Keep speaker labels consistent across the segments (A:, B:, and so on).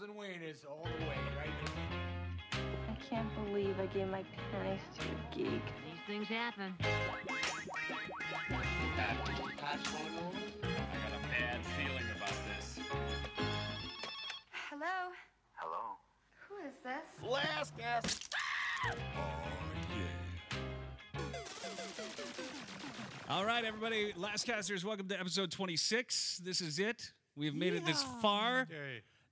A: and wieners all the way right now.
B: I can't believe I gave my panties to a geek.
C: These things happen.
D: I got a bad feeling about this.
E: Hello? Hello? Who is this?
D: Last guess.
F: All right, everybody, Last Casters, welcome to episode 26. This is it. We have made it this far.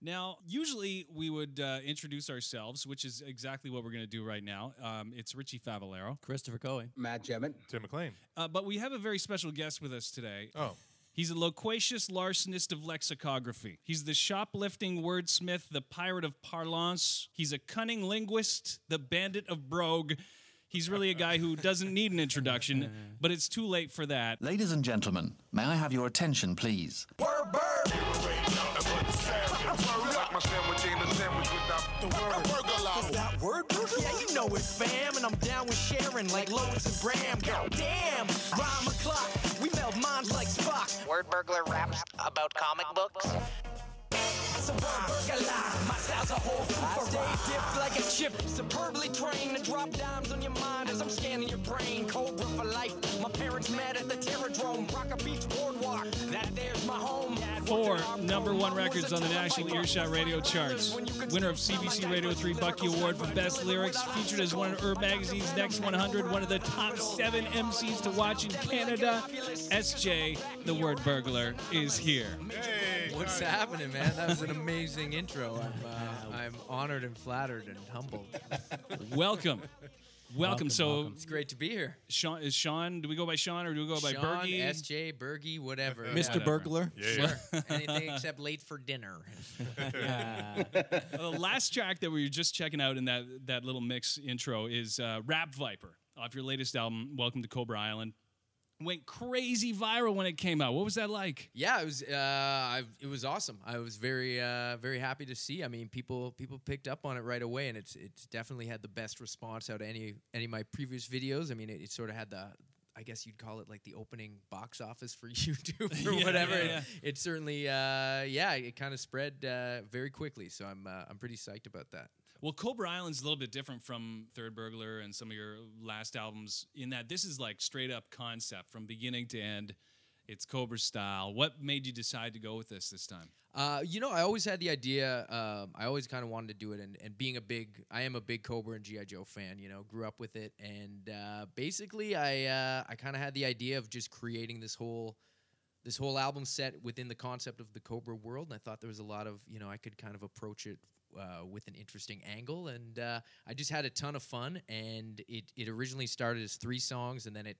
F: Now, usually we would uh, introduce ourselves, which is exactly what we're going to do right now. Um, it's Richie Favalero.
G: Christopher Coe.
H: Matt Gemmett.
I: Tim McLean.
F: Uh, but we have a very special guest with us today.
I: Oh.
F: He's a loquacious larcenist of lexicography. He's the shoplifting wordsmith, the pirate of parlance. He's a cunning linguist, the bandit of brogue. He's really a guy who doesn't need an introduction, but it's too late for that.
J: Ladies and gentlemen, may I have your attention, please?
K: Like my sandwich ain't a sandwich without the word.
L: That word burger? Yeah, you know it, fam. And I'm down with sharing like Lois and Graham. Damn, rhyme o'clock. We melt minds like Spock. Word burglar raps about comic books. So word burglar. My style's a whole food for Stay dipped like a chip. Superbly trained to drop dimes on your mind as I'm scanning your brain. Cobra for life. My parents mad at the terradrome. Rock a beach boardwalk. That there's my home. Dad, what's
F: Four
L: your arm
F: number
L: code?
F: one
L: Mom
F: records
L: was a
F: on the
L: tough
F: National
L: fighter.
F: Earshot Radio charts. Winner of CBC Radio 3 Bucky Award for Best Lyrics. Featured as one of Herb Magazine's Next 100. One of the top seven MCs to watch in Canada. SJ, the word burglar, is here.
I: Hey,
M: What's
I: guys.
M: happening, man? That was an amazing intro. I'm, uh, I'm honored and flattered and humbled.
F: Welcome. Welcome. So,
G: welcome.
M: It's great to be here.
F: Sean is Sean. Do we go by Sean or do we go by
M: Sean,
F: Bergie?
M: SJ, Bergie, whatever.
G: Mr.
F: Whatever.
G: Burglar.
I: Yeah, yeah.
M: Sure. Anything except late for dinner.
F: the last track that we were just checking out in that that little mix intro is uh, Rap Viper off your latest album, Welcome to Cobra Island. Went crazy viral when it came out. What was that like?
M: Yeah, it was. Uh, I, it was awesome. I was very, uh, very happy to see. I mean, people people picked up on it right away, and it's it's definitely had the best response out of any any of my previous videos. I mean, it, it sort of had the. I guess you'd call it like the opening box office for YouTube or
F: Yeah,
M: whatever.
F: yeah, yeah.
M: It, certainly, uh, yeah, it kind of spread uh, very quickly. So I'm uh, I'm pretty psyched about that.
F: Well, Cobra Island's a little bit different from Third Burglar and some of your last albums in that this is like straight up concept from beginning to end. It's Cobra style. What made you decide to go with this this time?
M: Uh, you know, I always had the idea. Um, I always kind of wanted to do it, and, and being a big, I am a big Cobra and GI Joe fan. You know, grew up with it, and uh, basically, I uh, I kind of had the idea of just creating this whole this whole album set within the concept of the Cobra world, and I thought there was a lot of you know I could kind of approach it uh, with an interesting angle, and uh, I just had a ton of fun. And it it originally started as three songs, and then it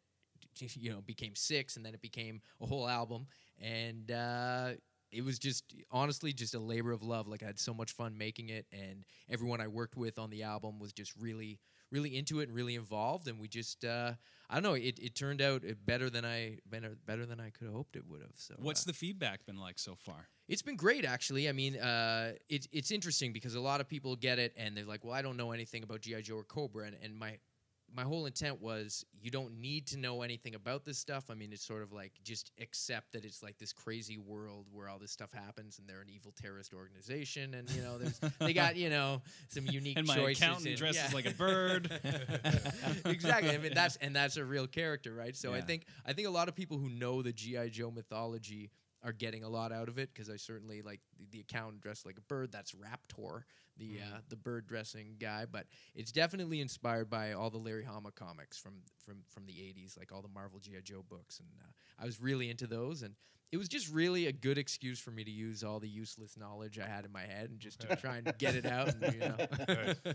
M: you know became six, and then it became a whole album, and. Uh, it was just honestly just a labor of love. Like I had so much fun making it, and everyone I worked with on the album was just really, really into it and really involved. And we just, uh, I don't know, it, it turned out better than I better, better than I could have hoped it would have. So
F: What's
M: uh,
F: the feedback been like so far?
M: it's been great, actually. I mean, uh, it's it's interesting because a lot of people get it and they're like, "Well, I don't know anything about GI Joe or Cobra," and, and my my whole intent was you don't need to know anything about this stuff. I mean, it's sort of like just accept that it's like this crazy world where all this stuff happens, and they're an evil terrorist organization, and you know, there's, they got you know some unique
F: And my
M: choices.
F: accountant
M: in-
F: dresses
M: Yeah
F: like a bird.
M: exactly. I mean, that's and that's a real character, right? So I
F: Yeah.
M: think I think a lot of people who know the GI Joe mythology are getting a lot out of it because I certainly like the, the accountant dressed like a bird. That's Raptor, the
F: Mm-hmm.
M: uh, the bird dressing guy. But it's definitely inspired by all the Larry Hama comics from from from the '80s, like all the Marvel GI Joe books, and uh, I was really into those. And it was just really a good excuse for me to use all the useless knowledge I had in my head and just to try and get it out. And, you know.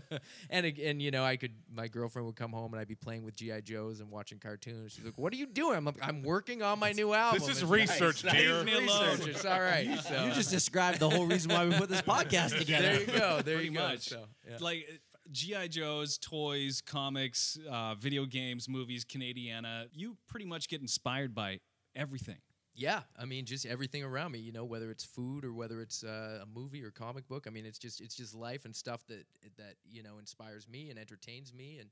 M: And ag- and you know, I could my girlfriend would come home and I'd be playing with GI Joes and watching cartoons. She's like, "What are you doing?" I'm like, "I'm working on my new album."
I: This is
M: It's
I: research,
M: like,
I: dear.
F: Leave me alone.
M: Research. It's all right. So
G: You just described the whole reason why we put this podcast together.
M: there you go. There
F: pretty
M: you go.
F: much.
M: So, yeah.
F: Like uh, GI Joes, toys, comics, uh, video games, movies, Canadiana. You pretty much get inspired by everything.
M: Yeah, I mean, just everything around me. You know, whether it's food or whether it's uh, a movie or comic book. I mean, it's just it's just life and stuff that that you know inspires me and entertains me, and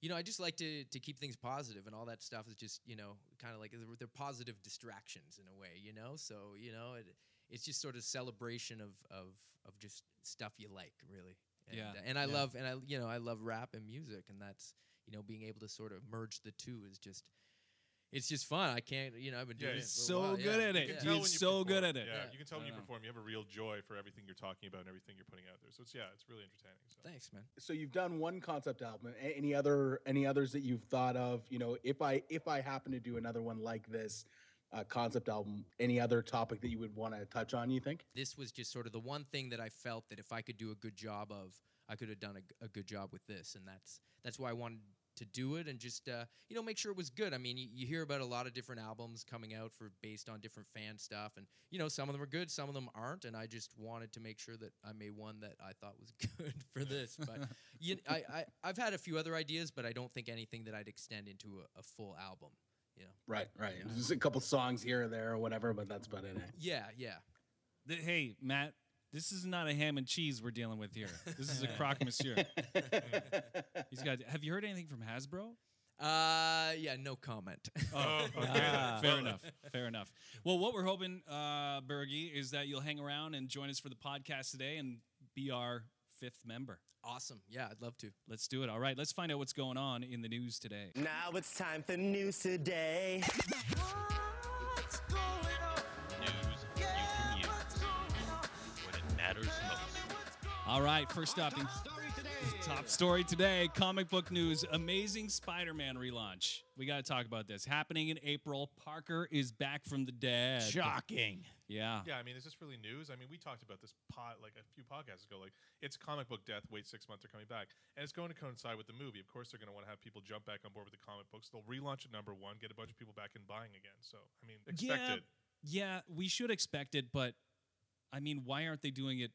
M: you know, I just like to to keep things positive, and all that stuff is just you know kind of like they're, they're positive distractions in a way. You know, so you know it. it's just sort of celebration of of of just stuff you like, really. And,
J: Yeah,
M: uh, and I
F: yeah.
M: love and I you know I love rap and music, and that's you know being able to sort of merge the two is just. It's just fun. I can't, you know. I've been
I: Yeah,
M: doing
I: he's
M: it for a
J: so
M: while,
J: good
M: yeah.
J: at it.
I: You
M: Yeah.
I: can tell
J: He's
I: when you
J: so
I: perform.
J: good at it.
I: Yeah,
M: Yeah.
I: you can
J: I
I: tell when you
J: know.
I: perform. You have a real joy for everything you're talking about and everything you're putting out there. So it's yeah, it's really entertaining. So.
M: Thanks, man.
C: so you've done one concept album A- any other any others that you've thought of you know if i if i happen to do another one like this uh, concept album any other topic that you would want to touch on you think
M: This was just sort of the one thing that I felt that if I could do a good job of, I could have done a g- a, good job with this, and that's that's why I wanted to do it and just uh, you know make sure it was good. I mean, you, you hear about a lot of different albums coming out for based on different fan stuff, and you know some of them are good, some of them aren't, and I just wanted to make sure that I made one that I thought was good for this. But you, I, I I've had a few other ideas, but I don't think anything that I'd extend into a, a full album. You know.
C: right right just a couple songs here or there or whatever but that's about it eh?
M: Yeah, yeah.
J: Th- hey, Matt, this is not a ham and cheese we're dealing with here. This is a croque monsieur. He's got. Have you heard anything from Hasbro?
M: Uh, yeah, no comment.
J: Oh,
M: okay.
J: fair enough. Fair enough. Well, what we're hoping, uh, Bergie, is that you'll hang around and join us for the podcast today and be our fifth member.
M: Awesome. Yeah, I'd love to.
J: Let's do it. All right, let's find out what's going on in the news today.
L: Now it's time for news today.
J: All right, first up, in top story today comic book news Amazing Spider Man relaunch. We got to talk about this. Happening in April, Parker is back from the dead.
F: Shocking.
J: Yeah.
I: Yeah, I mean, is this really news? I mean, we talked about this pot like a few podcasts ago. Like, it's comic book death. Wait six months, they're coming back, and it's going to coincide with the movie. Of course, they're going to want to have people jump back on board with the comic books. They'll relaunch at number one, get a bunch of people back in buying again. So, I mean, expect
J: yeah,
I: it.
J: Yeah, we should expect it, but I mean, why aren't they doing it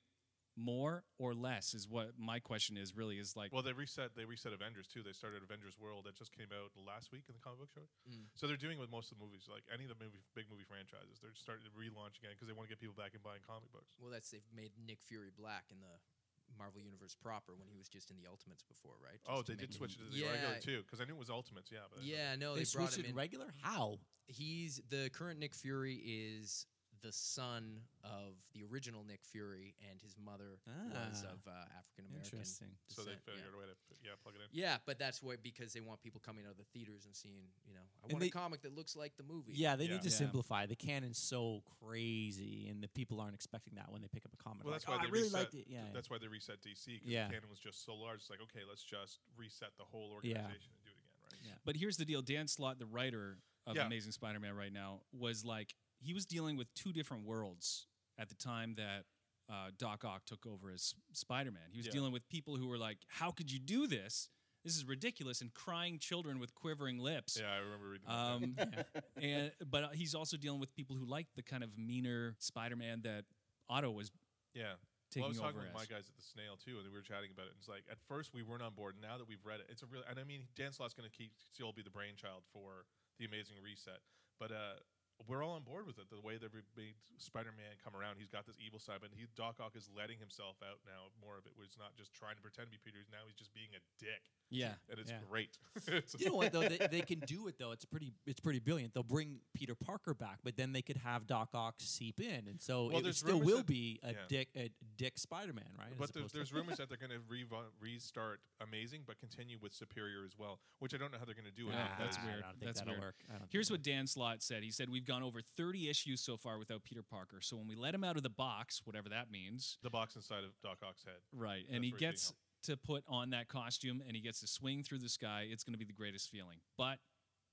J: more or less? Is what my question is really is like.
I: Well, they reset. They reset Avengers too. They started Avengers World that just came out last week in the comic book show.
M: Mm.
I: So they're doing it with most of the movies, like any of the movie, big movie franchises. They're starting to relaunch again because they want to get people back and buying comic books.
M: Well, that's they've made Nick Fury black in the Marvel Universe proper when he was just in the Ultimates before, right? Just
I: Oh,
M: to
I: they
M: make
I: did switch
M: him-
I: it to the
M: yeah,
I: regular too because I knew it was Ultimates. Yeah, but I didn't know.
M: Yeah, no,
F: they
M: they, brought
F: switched
M: him in.
F: it regular. How?
M: He's the current Nick Fury is the son of the original Nick Fury, and his mother was
F: Ah,
M: of uh, African American.
F: interesting.
I: So they
M: descent, yeah.
I: figured a way to p- yeah plug it in.
M: Yeah, but that's why because they want people coming out of the theaters and seeing, you know, I
F: And
M: want
F: they-
M: a comic that looks like the movie.
F: Yeah, they
I: Yeah.
F: need to
J: Yeah.
F: simplify. The canon's so crazy, and the people aren't expecting that when they pick up a comic.
I: Well,
F: Like,
I: that's why
F: "Oh,
I: they
F: I really
I: reset.
F: liked it. Yeah,
I: th-
F: yeah.
I: That's why they reset DC because
F: Yeah.
I: the canon was just so large. It's like okay, let's just reset the whole
F: Yeah.
I: organization and do it again, right?
F: Yeah.
J: But here's the deal: Dan Slott, the writer of
I: Yeah.
J: Amazing Spider-Man, right now was like he was dealing with two different worlds at the time that uh, Doc Ock took over as Spider-Man. He was
I: Yeah.
J: dealing with people who were like, "How could you do this? This is ridiculous!" and crying children with quivering lips.
I: Yeah, I remember reading. about
J: Um,
I: that.
J: and but he's also dealing with people who like the kind of meaner Spider-Man that Otto was
I: yeah.
J: taking
I: well, I was
J: over
I: talking with
J: as.
I: my guys at the Snail too, and we were chatting about it. It's like at first we weren't on board. Now that we've read it, it's a real. And I mean, Dan Slott's going to keep still be the brainchild for the amazing reset, but uh, we're all on board with it. The way that we made Spider-Man come around, he's got this evil side, but he Doc Ock is letting himself out now more of it. Where he's not just trying to pretend to be Peter. Now he's just being a dick,
J: yeah.
I: and it's
F: Yeah.
I: great. It's-
F: you know what though? They, they can do it though. It's pretty. It's pretty brilliant. They'll bring Peter Parker back, but then they could have Doc Ock seep in, and so
I: Well,
F: it
I: there's
F: still
I: rumors
F: will
I: that-
F: be a
I: yeah.
F: dick, a dick Spider-Man, right? As
I: But there's,
F: opposed to-
I: there's rumors that they're going to revo- restart Amazing, but continue with Superior as well, which I don't know how they're going to do. it.
J: Ah, that's
F: I
J: weird.
F: don't think
J: That's
F: that'll
J: weird.
F: work. I don't think
J: Here's
F: that'll
J: what Dan Slott said. He said, We've gone over 30 issues so far without Peter Parker. So when we let him out of the box, whatever that means,
I: the box inside of Doc Ock's head.
J: right,
I: That's
J: and he
I: where he's being
J: gets
I: held.
J: to put on that costume and he gets to swing through the sky, it's going to be the greatest feeling. But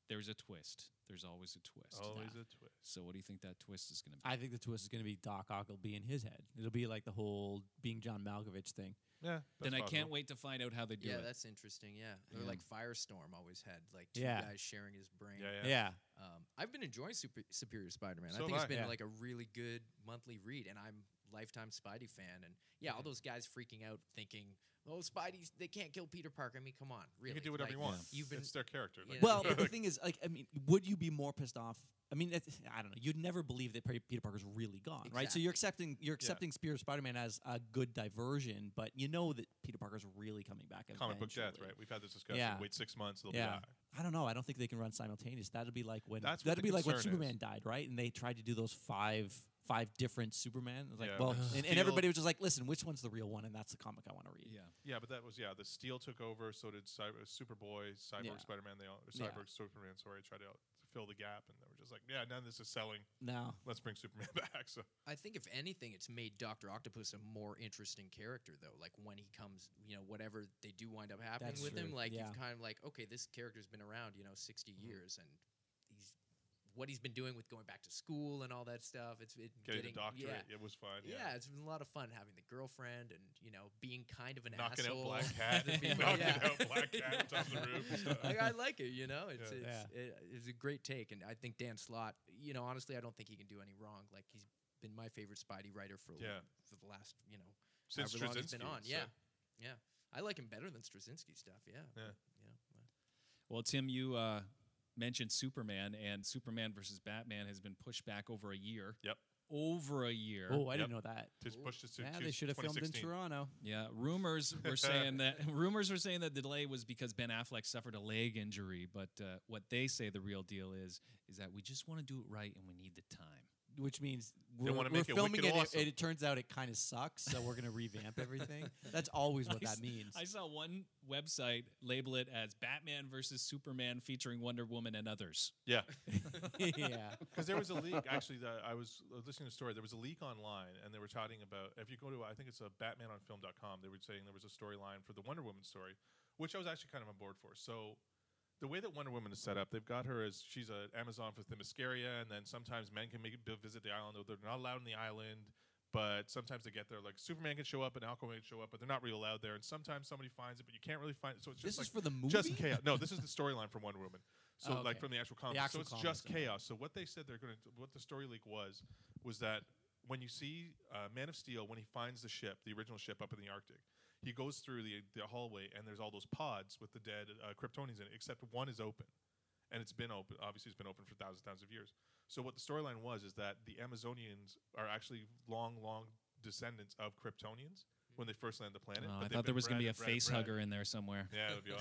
J: there's a twist. There's always a twist.
I: Always a twist.
J: So what do you think that twist is going to be?
F: I think the twist is going to be Doc Ock will be in his head. It'll be like the whole being John Malkovich thing.
I: Yeah.
J: then I can't wait to find out how they do
M: Yeah,
J: it.
M: that's interesting. Yeah, or
J: Yeah.
M: like Firestorm always had like two
F: Yeah.
M: guys sharing his brain.
I: Yeah, yeah.
F: Yeah,
M: Um, I've been enjoying Super- Superior Spider-Man. I
I: So
M: think
I: have
M: it's
I: I.
M: been
F: Yeah.
M: like a really good monthly read, and I'm lifetime Spidey fan. And yeah, all those guys freaking out, thinking, "Oh, Spidey's they can't kill Peter Parker." I mean, come on, really?
I: You can do whatever
M: Like,
I: you want.
M: You've been
I: it's their character.
M: Yeah.
F: Well, but the thing is, like, I mean, would you be more pissed off? I mean, that's, I don't know. You'd never believe that Pe- Peter Parker's really gone, right? So you're accepting you're accepting Spear Spider-Man as a good diversion, but you know that Peter Parker's really coming back.
I: comic book death,
F: eventually.
I: right? We've had this discussion.
F: Yeah.
I: Wait six months, they'll
F: Yeah.
I: be back.
F: I don't know. I don't think they can run simultaneous. That'd be like when
I: That's what
F: that'd
I: the
F: be like when
I: concern is.
F: Superman died, right? And they tried to do those five five different Superman. It was like,
I: Yeah,
F: well,
I: like
F: and, and
I: Steel-
F: everybody was just like, listen, which one's the real one? And that's the comic I want to read.
J: Yeah.
I: Yeah, but that was yeah. The Steel took over, so did Cyber, Superboy, Cyborg,
F: Yeah.
I: Spider-Man. They all
F: Yeah.
I: Cyborg, Superman. Sorry, tried to fill the gap, and they were just like, yeah, none of this is selling.
F: No.
I: let's bring Superman back. So
M: I think if anything, it's made Doctor Octopus a more interesting character, though. Like when he comes, you know, whatever they do wind up happening
F: That's
M: with him,
F: true,
M: like
F: yeah. Mm-hmm.
M: you've kind of like, okay, this character's been around, you know, 60 years, and he's what he's been doing with going back to school and all that stuff. It's it,
I: getting, the
M: yeah.
I: doctorate, it was fun.
M: Yeah. it's been a lot of fun having the girlfriend and you know being kind of an
I: Knocking out
M: asshole.
I: Black
M: to
I: Cat.
M: people.
I: Knocking
M: yeah.
I: out Black Cat on top of the roof and stuff.
M: Like, I like it, you know. It's
I: Yeah.
M: it's, It, it's a great take, and I think Dan Slott. You know, honestly, I don't think he can do any wrong. Like he's been my favorite Spidey writer for
I: Yeah.
M: l- for the last you know
I: Since
M: however long he's been
I: Straczynski,
M: on.
I: so-
M: Yeah, yeah. I like him better than Straczynski stuff. Yeah,
I: Yeah.
J: Well, Tim, you uh, mentioned Superman, and Superman versus Batman has been pushed back over a year.
I: Yep.
J: Over a year.
F: Oh, I didn't know that.
I: Just pushed us to.
F: Yeah,
I: to
F: they should have filmed in
I: 2016.
F: Toronto.
J: Yeah, rumors were saying that rumors were saying that the delay was because Ben Affleck suffered a leg injury, but uh, what they say the real deal is is that we just want to do it right and we need the time.
F: Which means
J: They
F: we're,
J: wanna
F: we're
J: make it
F: filming
J: wicked
F: it,
J: awesome.
F: and it turns out it kind of sucks, so we're going to revamp everything. That's always what
J: I
F: that
J: s-
F: means.
J: I saw one website label it as Batman versus Superman featuring Wonder Woman and others.
I: Yeah.
F: Yeah.
I: Because there was a leak, actually, that I was uh, listening to a story. There was a leak online, and they were chatting about if you go to, I think it's a batmanonfilm.com, they were saying there was a storyline for the Wonder Woman story, which I was actually kind of on board for. So the way that Wonder Woman is set up, they've got her as she's an Amazon for Themyscira, and then sometimes men can make bi- visit the island, though they're not allowed on the island. But sometimes they get there, like Superman can show up and Aquaman can show up, but they're not really allowed there. And sometimes somebody finds it, but you can't really find it. So it's just
F: This
I: like
F: is for the
I: just
F: movie?
I: chaos. No, this is the storyline from Wonder Woman. So
F: Oh,
I: like
F: okay.
I: from the actual
F: The
I: comic.
F: actual
I: so it's just
F: comics, okay.
I: chaos. So what they said they're going to, what the story leak was, was that when you see uh, Man of Steel when he finds the ship, the original ship up in the Arctic, he goes through the the hallway and there's all those pods with the dead uh, Kryptonians in it, except one is open, and it's been open. Obviously, it's been open for thousands, thousands of years. So what the storyline was is that the Amazonians are actually long, long descendants of Kryptonians when they first landed the
J: Hmm.
I: planet.
J: Oh,
I: but
J: I
I: they've
J: thought there
I: been
J: was going to be a
I: bred and bred and
J: face
I: bred.
J: hugger in there somewhere.
I: Yeah, that would be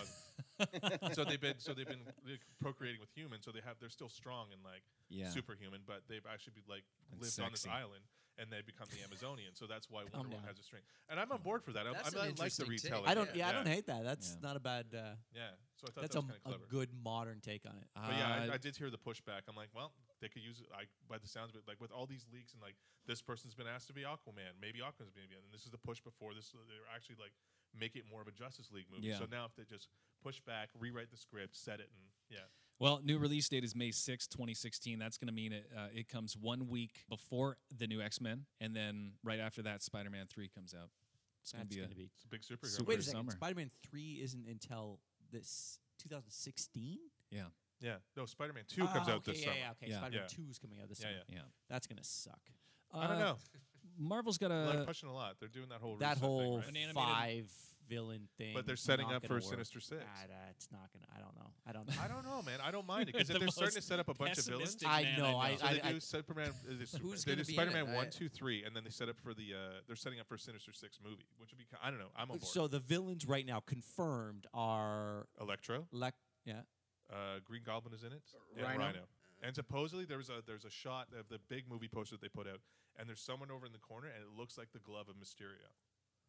I: awesome. so they've been so they've been like, procreating with humans, so they have they're still strong and like
J: Yeah.
I: superhuman, but they've actually be like
J: And
I: lived on this
J: sexy.
I: island and they become the Amazonian. So that's why
F: Calm
I: Wonder Woman
F: down.
I: has a strength. And I'm on board for that. I,
M: That's an
I: I, I like the
M: interesting take.
I: retelling.
F: I don't.
I: of it.
F: Yeah, I don't hate that. That's not a bad. Uh,
I: Yeah, so I thought
F: that's
I: that was
F: a,
I: kind of
F: a
I: clever.
F: good modern take on it.
I: But yeah,
J: Uh,
I: I, I did hear the pushback. I'm like, well, they could use it. I, by the sounds of it, like with all these leaks and like this person's been asked to be Aquaman, maybe Aquaman's going to be, and this is the push before this. They're actually like make it more of a Justice League movie.
J: Yeah.
I: So now if they just push back, rewrite the script, set it, and yeah,
J: Well, new release date is May sixth, 2016. That's going to mean it, uh, it comes one week before the new X Men, and then right after that, Spider Man 3 comes out. It's going to
F: That's
J: be a.
F: gonna be-
I: it's a big superhero.
J: Super-
I: movie.
F: Wait a second.
J: summer.
F: Spider-Man Three isn't until this 2016.
J: Yeah.
I: Yeah, no, Spider Man Two comes
F: Ah,
I: out
F: okay,
I: this
F: yeah,
I: summer.
F: Yeah, okay.
J: Yeah.
F: Spider-Man
I: Yeah.
F: Two is coming out this
I: Yeah,
F: summer.
J: Yeah.
F: That's gonna suck.
I: I don't
J: Uh,
I: know.
J: Marvel's got
I: They're
J: a.
I: like pushing a lot. They're doing that whole
F: that
I: reset thing,
F: whole
I: right?
J: An animated-
F: five villain thing.
I: But they're
F: is
I: setting
F: not
I: up
F: gonna
I: for
F: work.
I: Sinister Six.
F: Ah, It's not gonna. I don't know. I don't. Know.
I: I don't know, man. I don't mind it because
J: The
I: if they're starting to
J: most
I: set up a bunch of villains, Oh,
J: pessimistic
F: I
J: man
F: know, I-
I: So
F: I-
I: they do Superman. uh, they Superman-
M: Who's
I: they
M: gonna
I: do
M: be in it?
I: Spider-Man
M: I-
I: one, two, three, and then they set up for the. Uh, they're setting up for a Sinister Six movie, which would be. ki- I don't know. I'm on board.
F: so the villains right now confirmed are
I: Electro,
F: Lec- yeah.
I: uh, Green Goblin is in it, and
C: Rhino.
I: And supposedly there was a there's a shot of the big movie poster that they put out, and there's someone over in the corner, and it looks like the glove of Mysterio.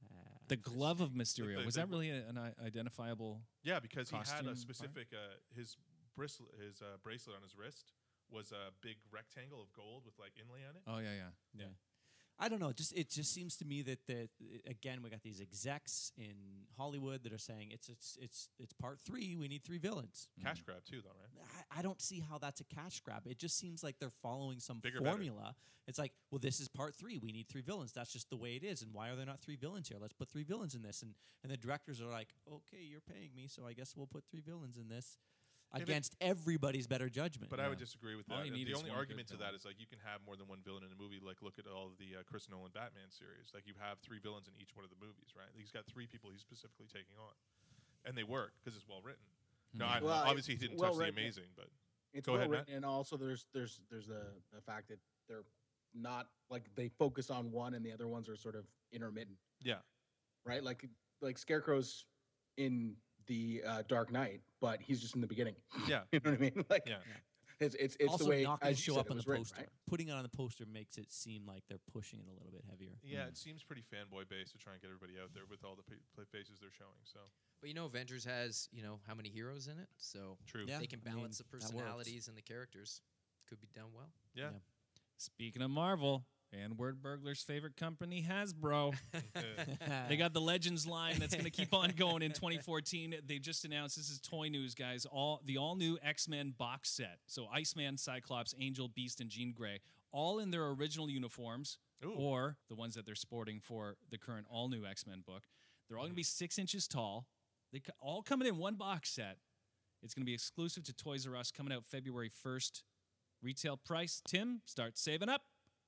F: Uh,
J: the glove of Mysterio.
I: the-
J: was
I: the-
J: that really a- an i- identifiable?
I: Yeah, because he had
J: Costume
I: a
J: part?
I: specific uh, his bristle his uh, bracelet on his wrist was a big rectangle of gold with like inlay on it.
J: Oh, yeah, yeah.
F: Yeah. I don't know. Just it just seems to me that the i- again we got these execs in Hollywood that are saying it's it's it's it's part three. We need three villains.
J: Mm.
I: Cash grab too, though, right?
F: I, I don't see how that's a cash grab. It just seems like they're following some
I: Bigger, better.
F: formula. It's like, well, this is part three. We need three villains. That's just the way it is. And why are there not three villains here? Let's put three villains in this. And and the directors are like, okay, you're paying me, so I guess we'll put three villains in this.
I: but-
F: Against everybody's better judgment.
I: But I would
J: Yeah.
I: disagree with
J: All
I: that.
J: you
I: Uh,
J: need is
I: The only
J: one good
I: argument to that
J: villain.
I: is like you can have more than one villain in a movie. Like look at all the uh, Chris Nolan Batman series. Like you have three villains in each one of the movies, right? He's got three people he's specifically taking on, and they work because it's well written. No,
J: Mm-hmm.
I: I,
C: Well,
I: obviously
C: it's
I: he didn't
C: well
I: touch the
C: written.
I: amazing, but
C: It's well
I: Go ahead, Matt.
C: written, and also there's there's there's the the fact that they're not like they focus on one, and the other ones are sort of intermittent.
I: Yeah.
C: right? Like like Scarecrow's in the uh, Dark Knight, but he's just in the beginning.
I: Yeah.
C: you know what I mean? Like
I: Yeah.
C: It's it's, it's
F: also
C: the way
F: not going
C: as
F: to
C: you
F: show
C: said,
F: up
C: it
F: on the
C: was written,
F: poster.
C: right?
F: Putting it on the poster makes it seem like they're pushing it a little bit heavier. Hmm.
J: Mm-hmm.
I: Yeah, it seems pretty fanboy based to try and get everybody out there with all the pa- faces they're showing. So
M: But you know, Avengers has you know how many heroes in it, so
I: True.
F: Yeah,
M: they can
F: I mean,
M: balance
F: that
M: the
F: works.
M: personalities and the characters. Could be done well.
I: yeah,
J: Speaking of Marvel and Word Burglar's favorite company, Hasbro. they got the Legends line that's going to keep on going in 2014. They just announced this is toy news, guys. All the all new X Men box set. So Iceman, Cyclops, Angel, Beast, and Jean Grey, all in their original uniforms,
I: Ooh.
J: or the ones that they're sporting for the current all new X Men book. They're all going to be six inches tall. They co- all coming in one box set. It's going to be exclusive to Toys R Us, coming out February 1st. Retail price, Tim, start saving up.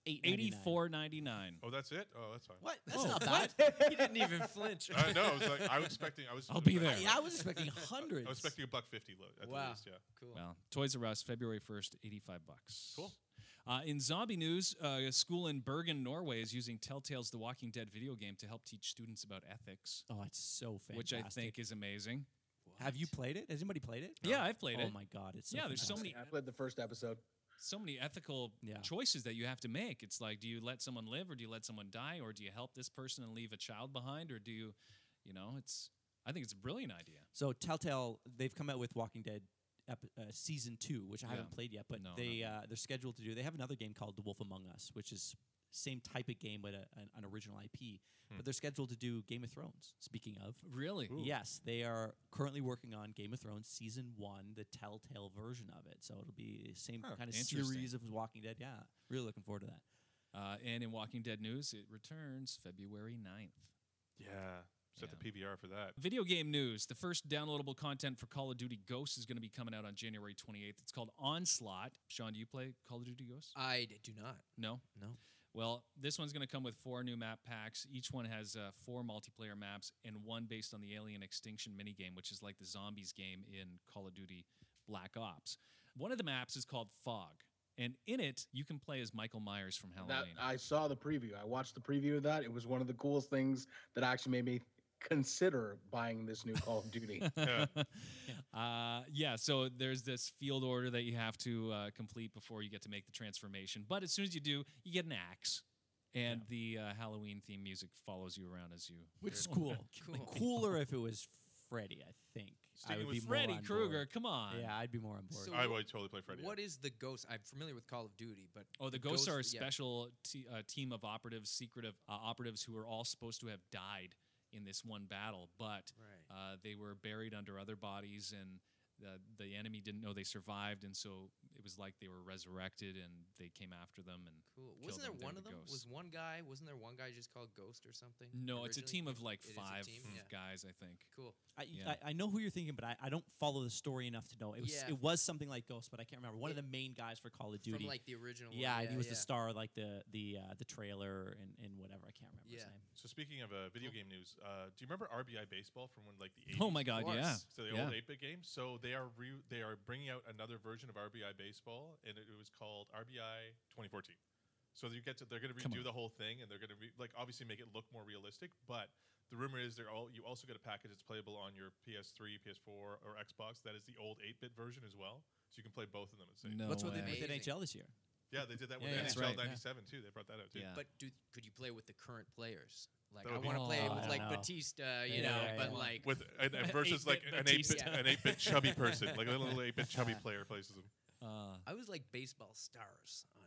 J: Eighty-four ninety-nine.
I: Oh, that's it. Oh, that's fine.
F: What?
J: Oh,
M: he didn't even flinch.
I: I know. Uh, I was like, I was expecting. I was.
J: I'll be there.
F: Yeah, I was expecting
I: I was
F: hundreds.
I: expecting a buck fifty load at the
M: Wow.
I: least. Yeah.
M: Cool.
J: Well, Toys R Us, February 1st, 85 bucks.
I: Cool.
J: Uh, in zombie news, uh, a school in Bergen, Norway is using Telltale's The Walking Dead video game to help teach students about ethics,
F: Oh, it's so fantastic.
J: which I think is amazing.
F: Have you played it? Has anybody played it?
J: Yeah, I've played
F: oh
J: it.
F: my god, it's so
J: yeah, there's so
F: fantastic.
J: many
C: I played the first episode.
J: so many ethical
F: Yeah.
J: choices that you have to make. It's like, do you let someone live or do you let someone die or do you help this person and leave a child behind or do you, you know, it's I think it's a brilliant idea.
F: So Telltale, they've come out with Walking Dead ep- uh, season two, which I
J: Yeah.
F: haven't played yet, but
J: No, not
F: they uh, they're scheduled to do. They have another game called The Wolf Among Us, which is same type of game but a, an, an original IP.
J: Hmm.
F: But they're scheduled to do Game of Thrones. Speaking of,
J: Really?
F: yes, they are currently working on Game of Thrones season one, the Telltale version of it. So it'll be the same
J: Huh,
F: kind of
J: interesting.
F: series of Walking Dead. Yeah, really looking forward to that.
J: Uh, and in Walking Dead news, it returns February 9th.
I: Yeah. Set the PVR for that.
J: Video game news. The first downloadable content for Call of Duty Ghosts is going to be coming out on January 28th. It's called Onslaught. Sean, do you play Call of Duty Ghosts?
M: I d- do not.
J: No?
M: Uh, No.
J: Well, this one's going to come with four new map packs. Each one has uh, four multiplayer maps and one based on the Alien Extinction minigame, which is like the zombies game in Call of Duty Black Ops. One of the maps is called Fog. And in it, you can play as Michael Myers from
C: That
J: Halloween.
C: I saw the preview. I watched the preview of that. It was one of the coolest things that actually made me consider buying this new Call of Duty.
I: Yeah.
J: uh, yeah, so there's this field order that you have to uh, complete before you get to make the transformation. But as soon as you do, you get an axe, and the uh, Halloween theme music follows you around as you.
F: Which is
J: Oh,
F: cool.
J: killing
F: Like, Cooler if it was Freddy, I think. I
I: Sticking
F: would
I: with
F: be more
J: Freddy
F: on
J: Krueger,
F: board.
J: come on.
F: Yeah, I'd be more on board.
M: So-
I: I would totally play Freddy.
M: What is the ghost? I'm familiar with Call of Duty, but
J: Oh, the ghosts are a
M: yeah.
J: special te- uh, team of operatives, secretive uh, operatives who are all supposed to have died in this one battle, but
M: Right.
J: uh, they were buried under other bodies, and the, the enemy didn't know they survived, and so it was like they were resurrected, and they came after them. And
M: Cool.
J: kill
M: Wasn't there
J: them. They were
M: one
J: the
M: of them?
J: ghosts.
M: Was one guy? Wasn't there one guy just called Ghost or something?
J: No, it's a
M: originally?
J: team of like
M: It is a
J: five
M: team?
J: f-
M: Yeah.
J: guys, I think.
M: Cool.
F: I,
J: Yeah.
F: I, I know who you're thinking, but I, I don't follow the story enough to know. It was
M: Yeah.
F: it was something like Ghost, but I can't remember. One
M: It-
F: of the main guys for Call of Duty.
M: From like the original. one.
F: yeah, and he was the
M: yeah.
F: star, of, like the the uh, the trailer and, and whatever. I can't remember his
M: Yeah.
F: name.
I: So speaking of uh,
F: Oh.
I: video game news, uh, do you remember RBI baseball from when like the 80s?
J: Oh my God,
M: course.
J: yeah.
I: So the
J: yeah.
I: old 8-bit game. So they are re- they are bringing out another version of RBI baseball, and it, it was called RBI 2014. So you get to they're going to
J: Come
I: redo
J: on.
I: the whole thing, and they're going to re- like obviously make it look more realistic. But the rumor is they're all you also get a package that's playable on your PS3, PS4, or Xbox. That is the old 8-bit version as well, so you can play both of them at the same.
J: No
F: What's what
J: way.
F: they did with
M: Amazing.
F: NHL this year?
I: Yeah, they did that with
F: Yeah, yeah,
J: that's
I: NHL
J: right, yeah.
I: '97 too. They brought that out too.
J: Yeah.
M: But do, could you play with the current players? Like
I: That
M: I
I: would be
M: want to play
J: Oh,
M: with
J: I
M: like
F: don't know.
M: Batista, you
F: Yeah,
M: know,
F: yeah,
M: but
F: yeah.
M: like
I: With and, and versus like
J: 8-bit
I: an eight bit
M: Batista.
I: an eight bit chubby person, like a little eight bit chubby player plays them.
J: Uh,
M: I was like baseball stars on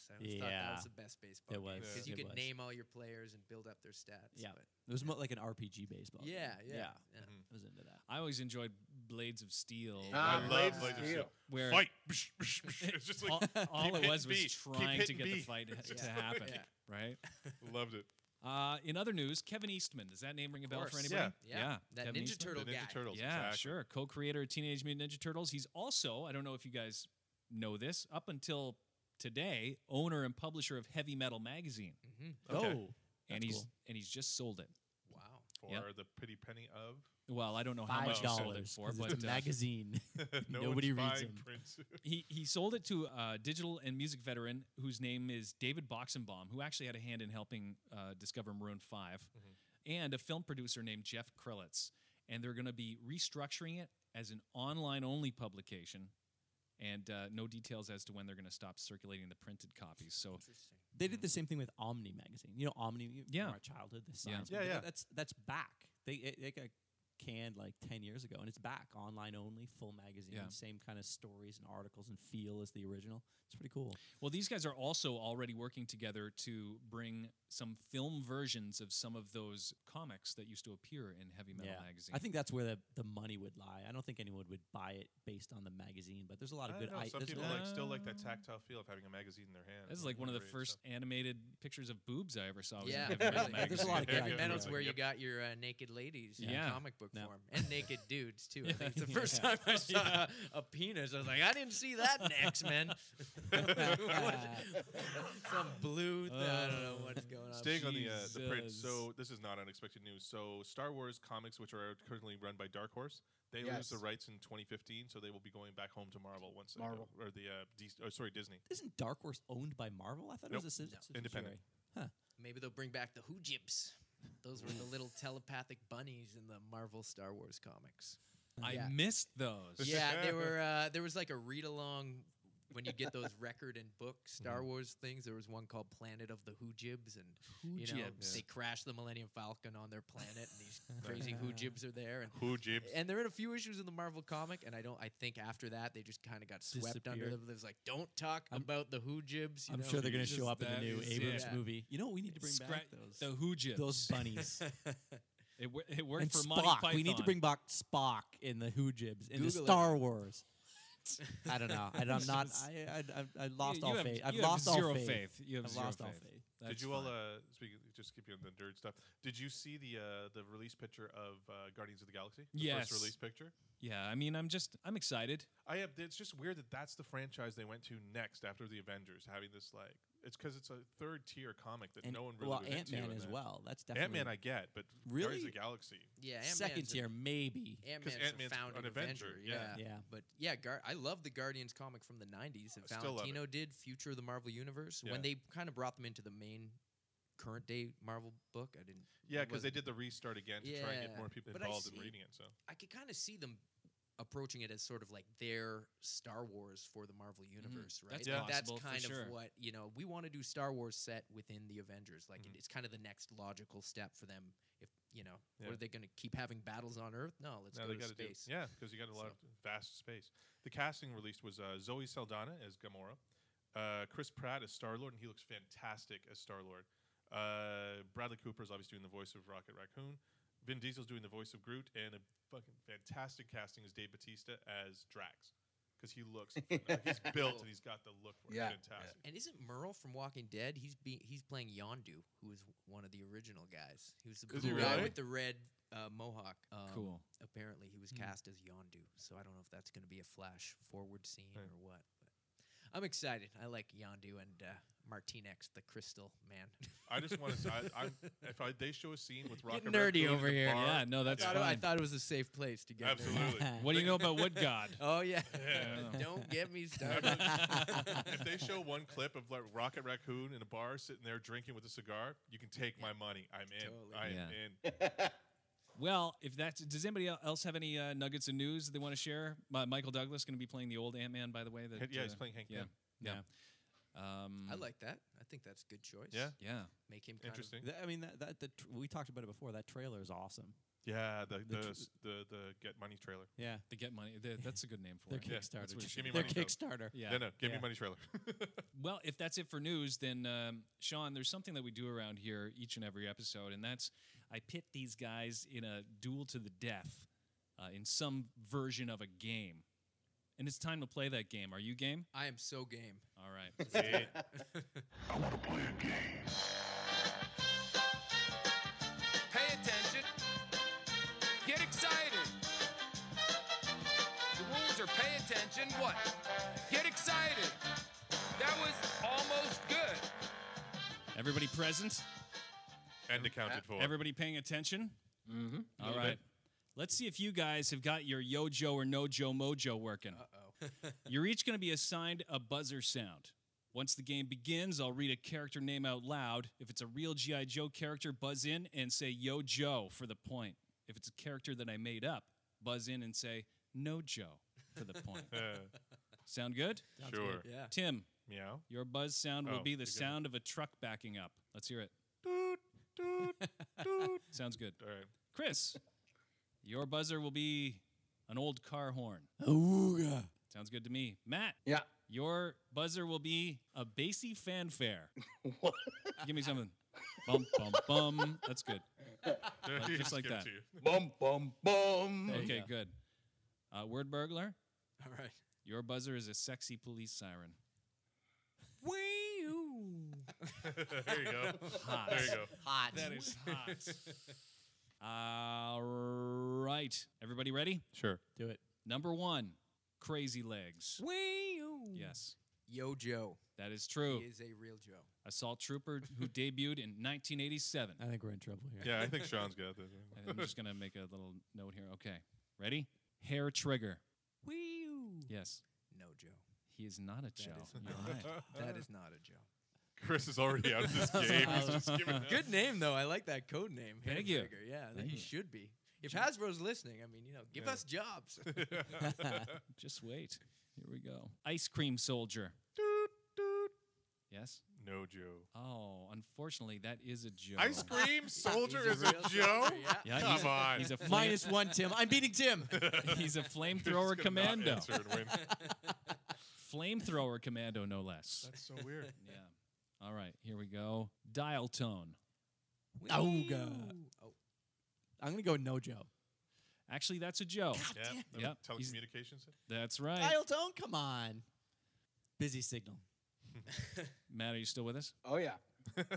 M: NES. I always thought that
F: Yeah.
M: was the best baseball.
F: It
M: game,
F: was,
M: because you
F: it
M: could
F: was.
M: name all your players and build up their stats.
F: Yeah.
M: but-
F: It was more like an RPG baseball. game.
M: yeah, yeah,
F: yeah.
M: yeah.
I: Mhm.
F: I was into that.
J: I always enjoyed Blades of Steel.
C: Ah,
I: I
C: Blades
I: love
C: of
I: Blades of
C: Steel.
I: Steel.
J: Where
I: fight. it's just like
J: all, all it was
I: keep hitting
J: was
I: B, keep
J: trying to
I: hitting
J: get the
I: B.
J: fight
I: It's
J: to
M: just
J: happen,
M: like-
J: right?
I: loved it.
J: Uh, in other news, Kevin Eastman. Does that name ring a bell for
M: course.
J: anybody?
I: Yeah.
M: Yeah. That
J: Kevin
M: Ninja
J: Eastman?
M: Turtle
I: the Ninja
M: guy.
I: Turtles.
J: Yeah,
I: exactly.
J: sure. Co-creator of Teenage Mutant Ninja Turtles. He's also, I don't know if you guys know this, up until today, owner and publisher of Heavy Metal magazine,
M: Mhm.
I: Okay.
F: Oh,
J: and
F: That's
J: he's
F: cool.
J: and he's just sold it.
M: Mm-hmm. Wow.
I: For
J: Yep.
I: the pretty penny of
J: Well, I don't know how
F: five
J: much he sold it
F: dollars.
J: for,
F: 'cause
J: but
F: it's a
J: uh,
F: magazine.
I: no
F: Nobody
I: one's
F: reads
I: buying
F: them.
I: prints.
J: he he sold it to a digital and music veteran whose name is David Boxenbaum, who actually had a hand in helping uh, discover Maroon 5 and a film producer named Jeff Krillitz. And they're going to be restructuring it as an online only publication and uh, no details as to when they're going to stop circulating the printed copies. So
F: They did the same thing with Omni magazine. You know, Omni you-
J: Yeah.
F: from our childhood, the
J: Yeah.
F: science.
J: Yeah,
F: mag-
J: yeah.
F: That's that's back. They it, it got canned like ten years ago, and it's back online only, full magazine,
J: Yeah.
F: same kind of stories and articles and feel as the original. It's pretty cool.
J: Well, these guys are also already working together to bring some film versions of some of those comics that used to appear in heavy metal magazine.
F: I think that's where the, the money would lie. I don't think anyone would buy it based on the magazine, but there's a lot of
I: I
F: good.
I: don't know,
F: i-
I: Some
F: there's a
I: people
F: lot-
I: like still like that tactile feel of having a magazine in their hand.
J: This is like one of the
I: Great
J: first animated pictures of boobs I ever saw. was in
M: Yeah,
J: Heavy Metal
M: really.
J: magazine.
M: heavy metal's where you got your uh, naked ladies in
J: Yeah.
M: comic book
J: Yeah.
M: form and naked dudes too. I think it's the
J: Yeah.
M: first time I saw
J: Yeah.
M: a, a penis. I was like, I didn't see that in X Men. Some blue. Thing. I don't
J: Uh,
M: know what's going on.
I: Staying on the uh, the print,
M: Jesus.
I: so this is not unexpected news. So Star Wars comics, which are currently run by Dark Horse, they lose the
F: Yes.
I: rights in 2015, so they will be going back home to Marvel once they go-
F: Marvel.
I: or the uh, D- oh, sorry Disney.
F: Isn't Dark Horse owned by Marvel? I thought
I: Nope.
F: it was a sis-
I: No.
F: subsidiary.
I: Independent.
M: Maybe they'll bring back the Who Jibs. Those were the little telepathic bunnies in the Marvel Star Wars comics.
J: I
M: Yeah.
J: missed those.
M: Yeah, they were. Uh, there was like a read along when you get those record and book Star
J: Mhm.
M: Wars things. There was one called Planet of the Hoojibs, and you know
J: Hoojibs.
M: they crash the Millennium Falcon on their planet, and these crazy Hoojibs are there. And
I: Hoojibs.
M: and they're in a few issues in the Marvel comic, and I don't. I think after that they just kind of got swept under.
F: Disappeared.
M: them. There's like, don't talk about the Hoojibs. you
F: I'm
M: know?
F: sure they're going to
M: Jesus,
F: show up in the
M: that
F: new
M: is-
F: Abrams
M: yeah.
F: movie. You know what we need to bring back?
J: Scra-
F: Those,
J: the Hoojibs.
F: Those bunnies.
J: It, wor- it worked
F: and
J: for
F: Spock.
J: Monty Python.
F: We need to bring back Spock in the Who Jibs in the
J: Google it.
F: Star Wars. I don't know. I, I'm not.
J: Just-
F: I, I, I've- I
J: You-
F: lost
J: you
F: all
J: have-
F: faith. I've
J: you have
F: lost all
J: zero
F: faith.
J: faith. You have
F: I've
J: zero
F: lost all
J: faith.
F: faith.
I: Did
J: That's
I: you all
J: fine.
I: uh, speak? Just keep you on the nerd stuff. Did you see the uh, the release picture of uh, Guardians of the Galaxy? The
J: Yes.
I: First release picture.
J: Yeah, I mean, I'm just, I'm excited.
I: I have. It's just weird that that's the franchise they went to next after the Avengers, having this like. It's because it's a third tier comic that
F: And-
I: no one really.
F: well,
I: was into
F: Ant-Man
I: and
F: as
I: that-
F: well. That's
I: Ant-Man.
F: definitely-
I: I get, but Guardians
F: Really?
I: of the Galaxy.
M: Yeah, Ant-Man's
F: Second
M: a-
F: tier, maybe.
M: Ant-Man's,
I: Ant-Man's
M: a founding
I: an Avenger,
M: Avenger.
I: yeah.
M: yeah,
F: Yeah.
M: But yeah, Gar- I love the Guardians comic from the '90s that
I: I still love it.
M: Valentino did, Future of the Marvel Universe.
I: Yeah.
M: When they kind of brought them into the main current day Marvel book, I didn't.
I: Yeah,
M: it
I: because they
M: wasn't-
I: did the restart again to try and
M: Yeah,
I: get more people
M: but I
I: involved in
M: see-
I: reading it. So
M: I could kind of see them approaching it as sort of like their Star Wars for the Marvel universe, right?
J: That's
M: Like,
J: possible for
M: that's kind
J: sure.
M: of what you know. We want to do Star Wars set within the Avengers. Like it- it's kind of the next logical step for them. If you know,
I: Yeah.
M: what are they going to keep having battles on Earth? No, let's
I: now
M: go
I: they
M: to
I: gotta
M: space.
I: do yeah, because you got a lot of vast space. The casting released was uh, Zoe Saldana as Gamora, uh, Chris Pratt as Star Lord, and he looks fantastic as Star Lord. Uh, Bradley Cooper is obviously doing the voice of Rocket Raccoon. Vin Diesel's doing the voice of Groot, and a fucking fantastic casting is Dave Batista as Drax, because he looks phen- he's built and he's got the look for
C: Yeah.
I: it. Fantastic.
M: And isn't Merle from Walking Dead? He's be, he's playing Yondu, who was one of the original guys. He was the
I: Is he
M: blue guy
I: really?
M: with the red uh, mohawk. Um,
J: Cool.
M: Apparently, he was
J: Hmm.
M: cast as Yondu. So I don't know if that's going to be a flash forward scene or what. But I'm excited. I like Yondu and uh, Martinex, the Crystal Man.
I: I just want to. I, I'm, if I, they show a scene with Rocket
M: Getting nerdy
I: Raccoon at
M: over
I: the
M: here.
I: bar,
J: Yeah, no,
M: I
J: that's
M: thought, it- I
J: fine.
M: thought it was a safe place to get nerdy.
I: Absolutely.
J: What do you know about Wood God?
M: Oh yeah.
I: Yeah.
M: don't get me started.
I: if they show one clip of like Rocket Raccoon in a bar sitting there drinking with a cigar, you can take my money. I'm in.
M: Totally.
I: I am
J: Yeah.
I: in.
J: Well, if that's does anybody el- else have any uh, nuggets of news they want to share? Mi- Michael Douglas going to be playing the old Ant Man, by the way. That,
I: yeah, he's
J: uh,
I: playing Hank
J: Yeah,
I: Pym.
J: yeah.
I: Yeah.
J: Um,
M: I like that. I think that's a good choice.
I: Yeah.
J: Yeah,
M: Make him kind of
I: Interesting.
F: Th- I mean, that, that the tr- we talked about it before. That trailer is awesome.
I: Yeah, the
F: The
I: the,
F: tr-
I: s- the the Get Money trailer.
F: Yeah,
J: the Get Money. the- that's a good name for
F: their
J: it.
I: Yeah,
F: Kickstarter.
J: that's what it should
I: Give me
J: be.
F: their
I: money. though.
F: Kickstarter.
J: Yeah.
I: No, no, give
F: Yeah.
I: me money trailer.
J: Well, if that's it for news, then um, Sean, there's something that we do around here each and every episode, and that's I pit these guys in a duel to the death uh, in some version of a game, and it's time to play that game. Are you game?
M: I am so game.
J: All right.
I: Yeah.
L: Pay attention. Get excited. The rules are pay attention. What? Get excited. That was almost good.
J: Everybody present?
I: and accounted for.
J: Everybody paying attention?
C: Mm-hmm.
J: All right. Let's see if you guys have got your yojo or nojo mojo working.
M: Uh-oh.
J: You're each going to be assigned a buzzer sound. Once the game begins, I'll read a character name out loud. If it's a real G.I. Joe character, buzz in and say Yo Joe for the point. If it's a character that I made up, buzz in and say No Joe for the point.
I: Uh,
J: Sound good?
I: Sounds Sure. good, yeah.
J: Tim.
I: Meow.
J: Your buzz sound
I: Oh,
J: will be
I: you're
J: the
I: good.
J: sound of a truck backing up. Let's hear it. Sounds good.
I: All right.
J: Chris, your buzzer will be an old car horn.
F: Ooga.
J: Sounds good to me. Matt.
C: Yeah.
J: Your buzzer will be a bassy fanfare. Give me something. Bum bum bum. That's good. Like-
I: He
J: just
I: just
J: like
I: gave it
J: that.
I: to you.
C: Bum bum bum.
J: Okay, good. Uh, word burglar.
M: All right.
J: Your buzzer is a sexy police siren.
I: there you go.
J: Hot.
I: There you go.
M: Hot.
J: That is hot. All right. Everybody ready?
I: Sure.
F: Do it.
J: Number one, crazy legs. Yes,
M: Yo Joe.
J: that is
M: He
J: true.
M: is a real Joe.
J: Assault Trooper who debuted in 1987.
F: I think we're in trouble here.
I: Yeah, I think Sean's got this.
J: And I'm just going to make a little note here. Okay. Ready? Hair trigger. Yes.
M: No Joe.
J: He is not a Joe.
M: is
J: You're right.
M: That is not a Joe.
I: Chris is already out of this game. He's just giving up.
M: Good name though. I like that code name.
J: Thank
M: Hand
J: you.
M: trigger. Yeah,
J: Thank
M: he
J: you.
M: should be. If Hasbro's listening, I mean, you know, give
I: Yeah.
M: us jobs.
J: Just wait. Here we go. Ice cream soldier. Yes.
I: no Joe.
J: Oh, unfortunately, that is a Joe.
I: Ice cream soldier
M: He's
I: is a
M: real
I: Joe.
M: soldier, yeah.
J: Yeah,
I: Come
J: he's,
I: on.
J: He's a flame,
F: Minus one, Tim. I'm beating Tim.
J: he's a
I: Chris is gonna
J: flamethrower
I: not
J: commando.
I: answer and win.
J: Flamethrower commando, no less.
I: That's so weird.
J: yeah. All right, here we go. Dial tone.
F: Auga.
M: Oh,
F: I'm gonna go no Joe.
J: Actually, that's a Joe.
I: Yeah. that
J: Yep,
I: was
J: he's-
I: Telecommunications.
J: That's right.
F: Dial tone. Come on. Busy signal.
J: Matt, are you still with us?
C: Oh yeah.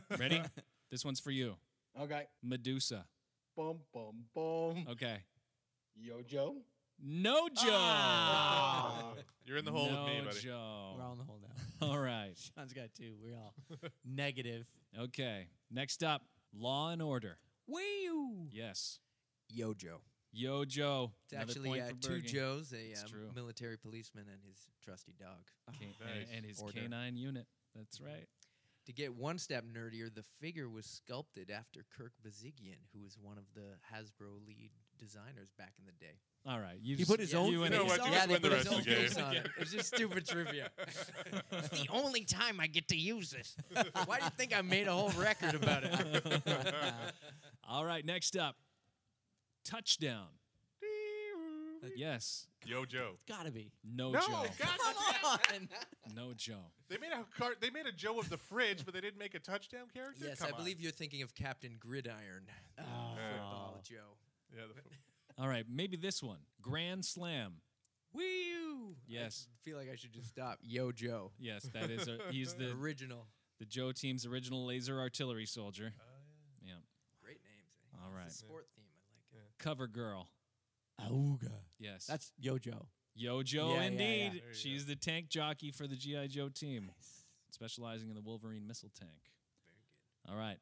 J: Ready? this one's for you.
C: Okay.
J: Medusa.
C: Bum bum bum.
J: Okay.
C: Yo Joe.
J: No Joe.
I: Ah.
C: Ah.
I: You're in the hole
J: no
I: with me, buddy. Oh.
J: Joe.
F: We're all in the hole now.
J: All right.
F: Sean's got two. We're all negative.
J: Okay. Next up, Law and Order.
M: Wee-oo.
J: Yes.
M: Yo Joe.
J: Yo Joe.
M: It's
J: Another
M: actually
J: point
M: uh,
J: for
M: two
J: Bergy.
M: Joes, a
J: It's
M: uh,
J: true.
M: military policeman and his trusty dog.
I: Ah.
J: Ca-
I: Nice.
J: and, and his
M: Order.
J: canine unit. That's right.
M: To get one step nerdier, the figure was sculpted after Kirk Bazigian, who was one of the Hasbro lead designers back in the day.
J: All right. You
F: He
J: just-
F: put his
J: you
F: own
J: and
I: You know
J: his-
I: what? You
M: yeah,
I: just
M: they
I: win the
M: put his
I: rest
M: own
I: of the game.
M: face on it. It's just stupid trivia. it's the only time I get to use this. Why do you think I made a whole record about it?
J: All right. Next up, touchdown. Yes.
I: Yo Joe.
F: Gotta be.
J: No,
I: No,
J: Oh, Joe.
I: God,
F: Come on.
J: No Joe.
I: they made a cart. They made a Joe of the fridge, but they didn't make a touchdown character.
M: yes,
I: Come
M: I
I: on. Ah.
M: believe you're thinking of Captain Gridiron. Football Joe.
I: Yeah, the,
J: All right. Maybe this one. Grand Slam.
M: Woo!
J: Yes.
M: I feel like I should just stop. Yo Joe.
J: Yes, that is. A, he's the
M: Original.
J: the Joe team's original laser artillery soldier.
I: uh,
J: yeah.
M: Great names. eh?
J: All
M: It's a
J: right.
M: sport theme. I like it.
J: Cover girl.
F: Auga.
J: Yes.
F: That's Yo Joe.
J: Yojo
F: Yeah, yeah,
J: indeed.
F: yeah.
I: There you
J: She's the tank jockey for the GI Joe team, specializing in the Wolverine missile tank. All right.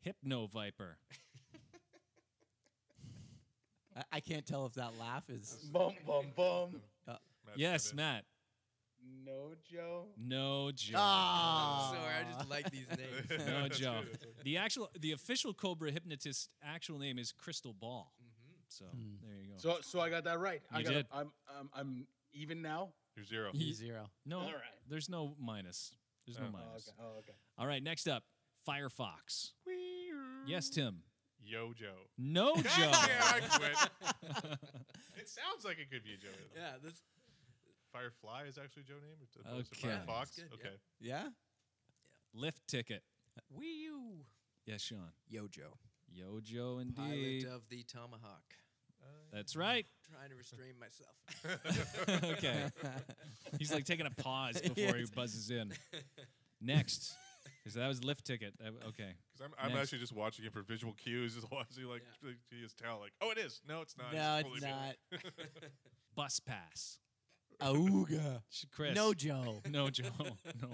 J: Hypno Viper.
F: I, I can't tell if that laugh is.
C: Bum bum bum.
I: Matt
J: yes,
I: said it.
J: Matt.
C: No Joe.
J: No Joe.
F: Ah.
M: Sorry, I just like these names.
J: No
I: That's
J: Joe.
I: good, that's good.
J: The actual the official Cobra hypnotist actual name is Crystal Ball.
C: Mm-hmm.
J: So
F: Hmm.
J: there you go.
C: So so I got that right. I
J: You
C: got
J: did.
C: I'm I'm I'm even now.
I: You're zero.
J: Ye-
F: E zero.
J: no,
C: All right.
J: there's no minus. There's no
I: Oh. Oh,
C: Oh,
J: minus.
C: okay. Oh okay.
J: All right, next up, Firefox. Yes, Tim.
I: Yo Joe.
J: No Joe.
I: Yeah, I quit. it sounds like it could be a Joe.
M: yeah, this
I: Firefly is actually a Joe name. As opposed to
J: Okay. Yeah,
I: Firefox.
M: that's good,
I: okay.
F: Yeah.
J: Lift ticket.
M: Wii U.
J: Yes, Sean.
M: Yo Joe.
J: Yo Joe
M: Pilot
J: indeed.
M: of the Tomahawk.
J: That's right.
M: Trying to restrain myself.
J: okay. He's like taking a pause before he
F: Yes.
J: buzzes in. Next. 'Cause that was lift ticket. That- okay.
I: Because I'm, I'm
J: Next.
I: actually just watching it for visual cues. Is watching like he is tell like, oh, it is. No, it's not.
F: No,
I: fully
F: it's
I: made."
F: not.
J: Bus pass.
F: Auga.
J: Sh- Chris.
F: No Joe.
J: No Joe. No.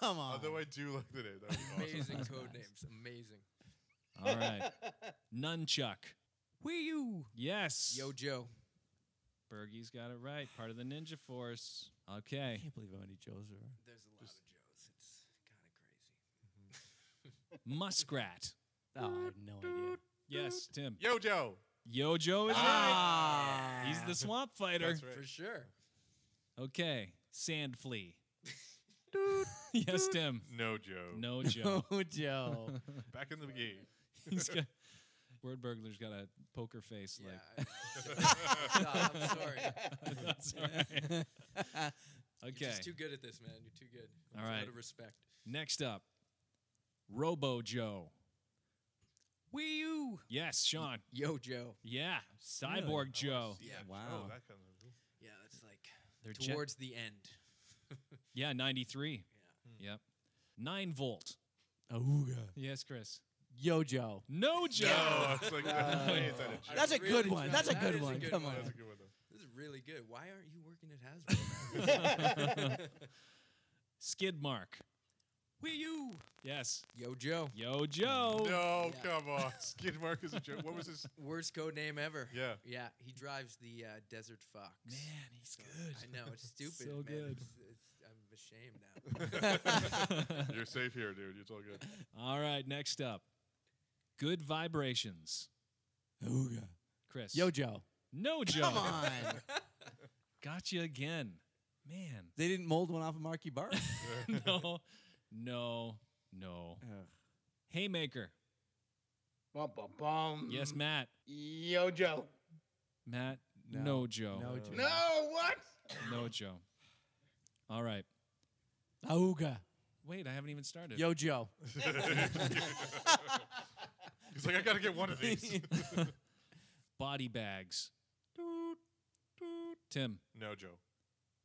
F: Come on.
I: Although I do like the name. That would be awesome.
M: Amazing code names. Amazing.
J: All right. Nunchuck.
M: Wii U.
J: Yes.
M: Yo Joe.
J: Bergie's got it right. Part of the Ninja Force.
F: I
J: Okay.
F: can't believe how many Joes there are.
M: There's a lot of Joes. It's kind of crazy.
J: Muskrat.
F: Oh, I have no idea.
J: Yes, Tim.
I: Yo Joe.
J: Yo
M: ah.
J: Joe is right. He's the swamp fighter.
I: That's right.
M: For sure.
J: Okay. Sand flea. yes, Tim.
I: No Joe.
J: No Joe.
F: No Joe.
I: Back in the game.
J: He's got, Word Burglar's got a poker face. like.
M: Stop, I'm sorry.
J: That's all right.
M: You're
J: okay.
M: just too good at this, man. You're too good.
J: All
M: It's
J: right.
M: Out of respect.
J: Next up, Robo Joe.
M: Wee you.
J: Yes, Sean.
M: Yo, Joe.
J: Yeah, Cyborg
M: Really?
I: Oh,
J: Joe.
M: Yeah,
J: Wow.
I: Joe, that kind of cool.
M: Yeah, that's like
J: They're gen-
M: towards the end.
J: Yeah, 93. Yeah. Yep. 9 volt.
F: Ooga.
J: Yes, Chris.
F: Yo, Joe.
J: No Joe.
I: No, it's like- wait, is that a joke?
F: That's a
M: Really
F: good one.
M: trying-
F: That's a
M: that
F: good
M: is a
F: one.
M: good
F: Come
M: one.
F: on.
I: That's a good one. Though.
M: This is really good. Why aren't you working at Hasbro?
J: Skid mark.
M: Wee you.
J: Yes.
M: Yo, Joe.
J: Yo, Joe.
I: No,
M: Yeah.
I: come on. Skid Mark is a joke. What was his?
M: Worst code name ever.
I: Yeah.
M: Yeah, he drives the uh, Desert Fox.
J: Man, he's
M: So,
J: good.
M: I know it's stupid. man.
J: So good.
M: It's, it's, I'm ashamed now.
I: You're safe here, dude. It's all good.
J: All right, next up. Good vibrations.
F: Ooga.
J: Chris.
F: Yo, Joe.
J: No Joe.
F: Come on.
J: Gotcha again. Man.
F: they didn't mold one off of Marky Bar.
J: no. No. No. Haymaker.
C: Bum bum bum.
J: Yes, Matt.
C: Yo, Joe.
J: Matt. No,
F: No.
J: Joe.
F: No, Joe.
C: No, what?
J: No Joe. All right.
F: Ooga.
J: Wait, I haven't even started.
F: Yo, Joe.
I: He's like, I gotta get one of these.
J: Body bags. Tim,
I: no, Joe.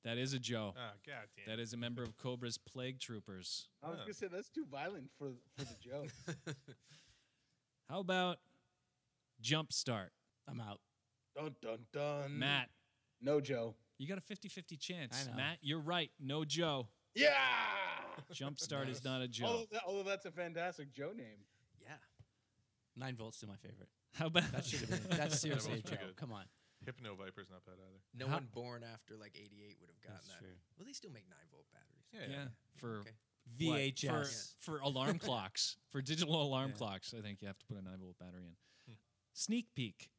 J: that is a
F: Oh,
J: Joe.
I: Ah, god damn.
J: That is a member of Cobra's Plague Troopers.
C: I was gonna say that's too violent for for the Joe.
J: How about Jumpstart?
F: I'm out.
C: dun dun dun.
J: Matt,
C: No, Joe.
J: you got a 50 50 chance.
F: Mm. I know.
J: Matt, you're right. No Joe.
C: Yeah.
J: Jumpstart is not a Joe.
F: Oh.
C: Although, that, although that's a fantastic Joe name.
M: yeah.
F: Nine volts to my favorite.
J: How about
F: That should have been. That's seriously a
I: volts
F: Joe.
I: pretty good.
F: Come on.
I: Hypno Viper's not bad either.
M: No
J: How-
M: one born after like '88 would have gotten
F: That's
M: that.
F: true.
M: Well, they still make nine volt batteries.
J: yeah, for
M: Okay.
J: what?
F: VHS.
J: For- for, alarm clocks for digital alarm clocks. I think you have to put a nine volt battery in. Sneak peek,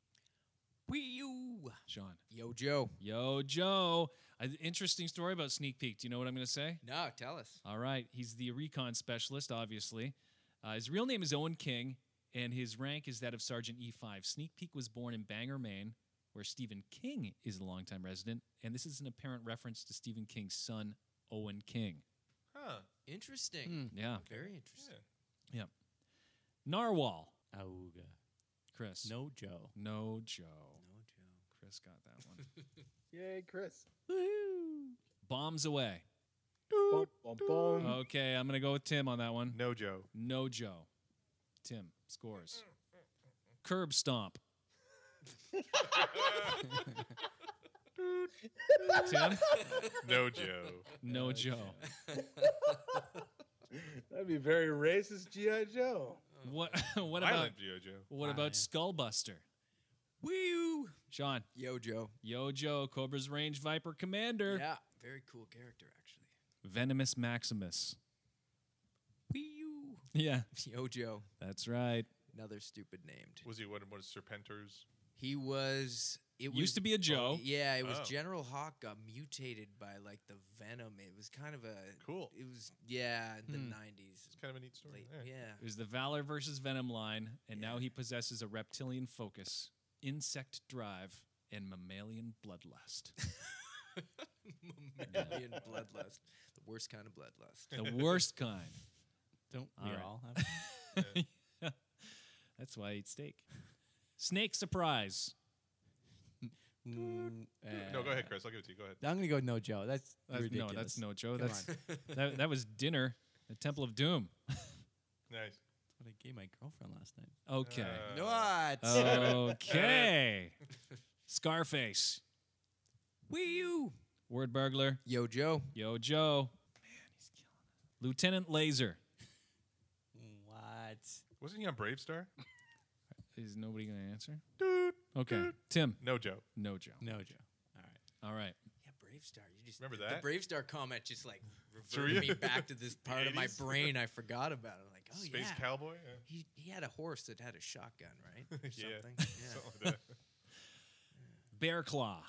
M: Wee you.
J: Sean.
M: Yo, Joe.
J: Yo, Joe. An interesting story about Sneak Peek. Do you know what I'm going to say?
M: No, tell us.
J: All right. He's the recon specialist, obviously. Uh, his real name is Owen King, and his rank is that of Sergeant E5. Sneak Peek was born in Bangor, Maine, where Stephen King is a longtime resident, and this is an apparent reference to Stephen King's son, Owen King.
I: Huh.
M: Interesting.
J: Yeah.
M: Very interesting.
J: Narwhal,
F: Ooga.
J: Chris.
F: No, Joe.
J: No, Joe.
M: No, Joe.
J: Chris got that one.
C: Yay, Chris.
J: Bombs away.
C: Bum, bum, bum.
F: Oh,
J: Okay, I'm going to go with Tim on that one.
I: No, Joe.
J: No Joe. Tim scores. Curb stomp. Tim?
I: No, Joe.
J: No Joe.
C: That'd be very racist, GI Joe.
J: What what about
I: Violent G.I. Joe.
J: what
F: Wow, yeah.
J: about Skullbuster?
M: Wee you.
J: Sean.
M: Yo, Joe.
J: Yo Joe, Cobra's Range Viper Commander.
M: Yeah. Very cool character, actually.
J: Venomous Maximus.
M: Wee you.
J: Yeah,
M: Yo, Joe.
J: that's right.
M: Another stupid named.
I: Was he one of one of Serpenters?
M: He was. It
J: Used
M: was,
J: to be a Joe.
M: Yeah, it was
I: Oh.
M: General Hawk got mutated by like the venom. It was kind of a
I: Cool.
M: It was yeah, in the
J: Hmm.
M: nineties.
I: It's kind of a neat story.
M: Late,
I: Yeah.
M: yeah.
J: It was the Valor versus Venom line, and now he possesses a reptilian focus, insect drive, and mammalian bloodlust.
M: Mammalian bloodlust. The worst kind of bloodlust.
J: the worst kind.
F: Don't
J: All
F: we
J: right.
F: all have?
J: That's why I eat steak. Snake surprise.
F: Mm,
I: No, go ahead,
F: uh,
I: Chris. I'll give it to you. Go ahead.
F: I'm gonna go no Joe. That's,
J: That's, no,
F: ridiculous.
J: that's no Joe.
F: Come
J: That's
F: on.
J: that, that was dinner. The Temple of Doom.
I: Nice.
F: what I gave my girlfriend last night.
J: Okay.
I: Uh,
F: what?
J: Oh. Uh, okay. Scarface.
M: Wee you.
J: Word burglar.
M: Yo, Joe.
J: Yo Joe. Man, he's killing it. Lieutenant Laser.
F: What?
I: Wasn't he on Brave Star?
J: Is nobody gonna answer? Okay. Tim.
I: No, Joe.
J: No Joe.
F: No Joe.
J: All right.
M: Yeah, Brave Star. You just
I: Remember
M: The
I: that?
M: Brave Star comment just like
I: Threw
M: reverted me
I: you?
M: back to this part of my
I: 80s?
M: brain I forgot about. I'm like, oh
I: Space
M: yeah.
I: Cowboy. Yeah.
M: he, he had a horse that had a shotgun, right? Or
I: Yeah.
M: something.
I: Something like that.
J: Bear Claw.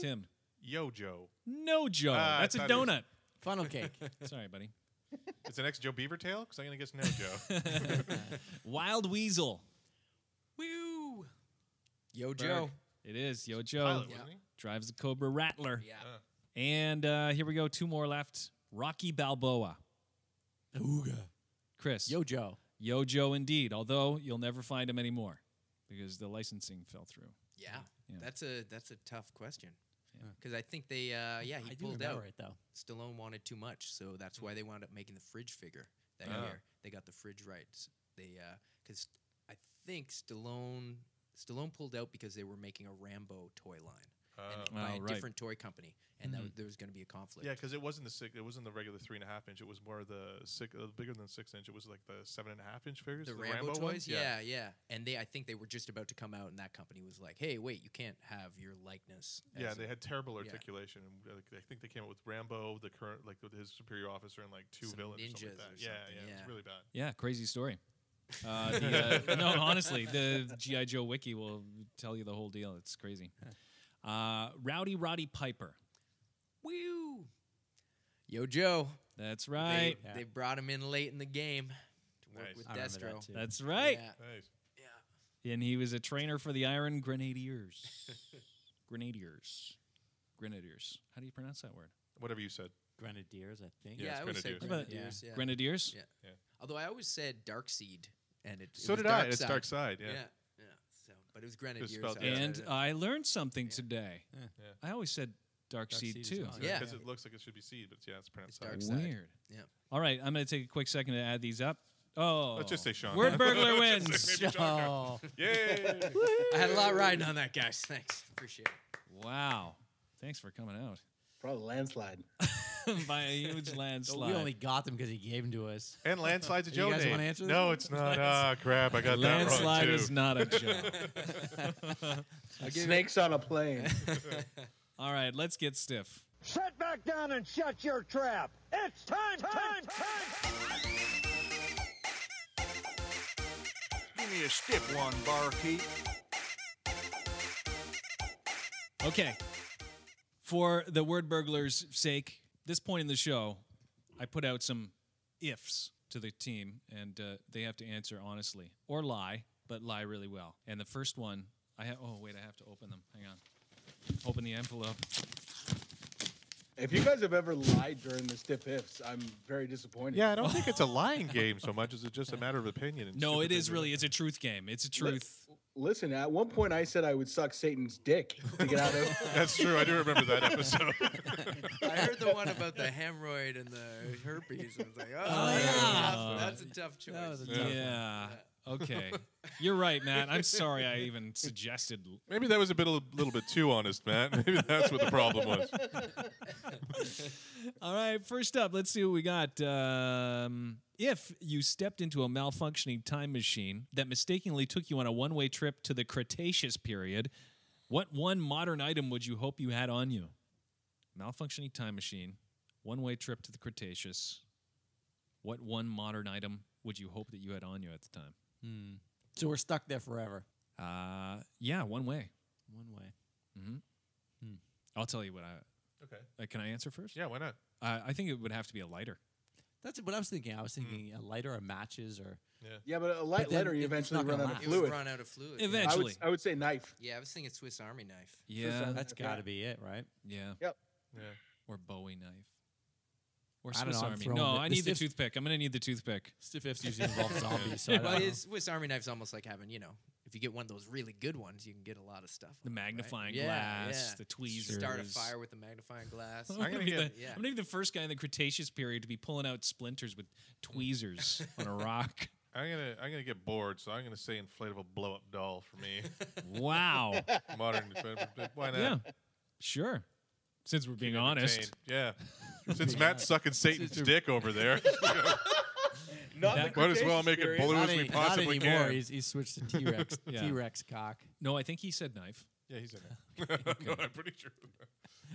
J: Tim.
I: Yo Joe.
J: No Joe.
I: Ah, I
J: That's a
I: thought it was-
J: donut.
F: Funnel cake.
J: Sorry, buddy.
I: It's an ex Joe Beaver tail? Because I'm going to guess no Joe.
J: Wild Weasel.
M: Woo! Yo, Joe.
J: It is Yo Joe.
M: pilot, wasn't Yeah. he?
J: Drives the Cobra Rattler.
M: Yeah.
J: And uh, here we go. Two more left. Rocky Balboa.
F: Ooga.
J: Chris.
F: Yo, Joe.
J: Yo Joe indeed. Although you'll never find him anymore because the licensing fell through.
M: Yeah.
J: Yeah.
M: That's a that's a tough question. Because I think they, uh, yeah, he
F: I do
M: pulled
F: remember
M: out.
F: it, though.
M: Stallone wanted too much, so that's why they wound up making the fridge figure that
I: Oh.
M: year. They got the fridge rights. They, because I think Stallone Stallone pulled out because they were making a Rambo toy line
I: Oh.
M: and by
I: Oh,
M: a
I: right.
M: different toy company, and that
I: Mhm.
M: w- there was going to be a conflict.
I: yeah, because it wasn't the six. It wasn't the regular three and a half inch. It was more the six, uh, bigger than six inch. It was like the seven and a half inch figures.
M: the, Rambo,
I: ones?
M: toys, yeah. yeah, And they, I think they were just about to come out, and that company was like, "Hey, wait, you can't have your likeness."
I: Yeah,
M: as
I: they
M: a-"
I: had terrible
M: Yeah.
I: articulation. and uh, I think they came up with Rambo, the current, like with his superior officer, and like two
M: Some
I: villains. or
M: ninjas
I: something like that.
M: or
I: yeah,
M: something,
I: yeah,
M: yeah.
I: it's really bad.
J: Yeah, crazy story. Uh, the, uh, no, honestly, the GI Joe wiki will tell you the whole deal. It's crazy. Uh, Rowdy Roddy Piper.
M: Woo! Yo, Joe.
J: That's
M: They-
J: right.
M: They, brought him in late in the game to work
I: Nice.
M: with
I: I
F: remember that
M: Destro.
F: too.
J: That's right.
M: Yeah.
I: Nice.
J: And he was a trainer for the Iron Grenadiers. Grenadiers. Grenadiers. How do you pronounce that word?
I: Whatever you said.
F: Grenadiers, I think.
I: Yeah,
M: Yeah,
I: it's
M: I would say
I: Grenadiers.
J: How about-
M: Grenadiers. Yeah.
J: Grenadiers?
M: Yeah.
I: Yeah.
M: Although I always said Dark Seed, and it, it
I: So
M: was
I: did
M: dark
I: I. It's
M: Side.
I: Dark Side. Yeah.
M: Yeah. yeah. So, but it was Grenadiers.
I: spelled
M: so-
I: Yeah.
J: And uh, I learned something today.
I: Yeah.
J: I always said Dark,
F: Dark
J: Seed,
F: Seed is
J: too.
F: not-
M: Yeah.
I: Because it looks like it should be seed, but yeah, it's pronounced
M: dark
I: side.
M: side.
J: Weird.
M: Yeah.
J: All right, I'm going to take a quick second to add these up. Oh.
I: Let's just say Sean.
J: Word burglar
I: Let's just
J: wins.
I: say maybe Sean
F: Oh.
I: got it. Yay!
M: I had a lot riding on that, guys. Thanks. Appreciate it.
J: wow. Thanks for coming out.
C: Probably landslide.
J: By a huge landslide.
F: We only got them because he gave them to us.
I: And landslide's a
F: You
I: Joe
F: guys
I: name.
F: wanna answer
I: no,
F: this?
I: it's not. Ah, crap! I got that wrong
J: landslide
I: too.
J: is not a joke.
C: Snakes on a plane.
J: All right, let's get stiff.
A: Sit back down and shut your trap. It's time, time, time.
K: Give me a stiff one, barkeep.
J: Okay. For the word burglar's sake, this point in the show, I put out some ifs to the team, and uh, they have to answer honestly or lie, but lie really well. And the first one, I ha- oh wait, I have to open them. Hang on, open the envelope.
C: If you guys have ever lied during the stiff ifs, I'm very disappointed.
I: Yeah, I don't think it's a lying game so much as it's just a matter of opinion. and
J: No,
I: stupid
J: it is
I: things
J: really.
I: like
J: It's a truth game. It's a truth.
C: Listen, at one point I said I would suck Satan's dick to get out of.
I: that. That's true. I do remember that episode.
M: I heard the one about the hemorrhoid and the herpes. I was like, oh,
J: yeah.
M: that's, that's a tough choice.
F: That was a
J: Yeah.
F: tough
J: Okay. You're right, Matt. I'm sorry I even suggested. l-
I: Maybe that was a bit a little bit too honest, Matt. Maybe that's what the problem was.
J: All right, first up, let's see what we got. Um, if you stepped into a malfunctioning time machine that mistakenly took you on a one way trip to the Cretaceous period, what one modern item would you hope you had on you? Malfunctioning time machine, one way trip to the Cretaceous. What one modern item would you hope that you had on you at the time?
F: So we're stuck there forever.
J: Uh, yeah, one way.
F: One way.
J: I'll tell you what I.
I: Okay.
J: Uh, can I answer first?
I: Yeah, why not?
J: Uh, I think it would have to be a lighter.
F: That's what I was thinking. I was thinking a lighter or matches or.
C: Yeah, but a light
F: then
C: letter, you
F: it's
C: eventually
F: not
C: run
F: gonna
C: out of
F: last.
M: It was
C: fluid.
M: run out of fluid. yeah.
J: Event-
C: I would,
J: Eventually.
C: I would say knife.
M: Yeah, I was thinking Swiss Army knife.
J: Yeah.
F: That's
C: Okay.
F: got to be it, right?
J: Yeah.
I: Yeah.
J: or Bowie knife, or
F: I don't
J: Swiss
F: know, I'm
J: Army.
F: throwing
J: No,
F: the-
J: I
F: the
J: need the
F: stiff-
J: toothpick. I'm gonna need the toothpick.
F: Stiff ifs usually involve zombies. So I don't
M: Well,
F: know.
M: it's, Swiss Army knife's almost like having, you know, if you get one of those really good ones, you can get a lot of stuff.
J: The
M: on it, right?
J: magnifying
M: Yeah,
J: glass,
M: yeah.
J: the
M: You Start a
J: tweezers.
M: fire with the magnifying glass.
J: I'm gonna,
I: gonna
J: be the,
I: get-
M: yeah.
J: I'm gonna be the first guy in the Cretaceous period to be pulling out splinters with tweezers on a rock.
I: I'm gonna I'm gonna get bored, so I'm gonna say inflatable blow up doll for me.
J: Wow.
I: Modern, but- but why not?
J: yeah. Sure. Since we're being honest,
I: Entertain. Yeah. Since Matt's sucking Satan's dick over there,
C: Not
J: That-
C: the
I: might as well
C: Cretaceous
I: make it
C: period.
I: blue
F: not,
I: as we
F: any- not
I: possibly
F: anymore.
I: can.
F: He's, he's switched to T Rex.
J: Yeah.
F: T Rex cock.
J: no, I think he said knife.
I: Yeah, he's in there. no, I'm pretty sure. All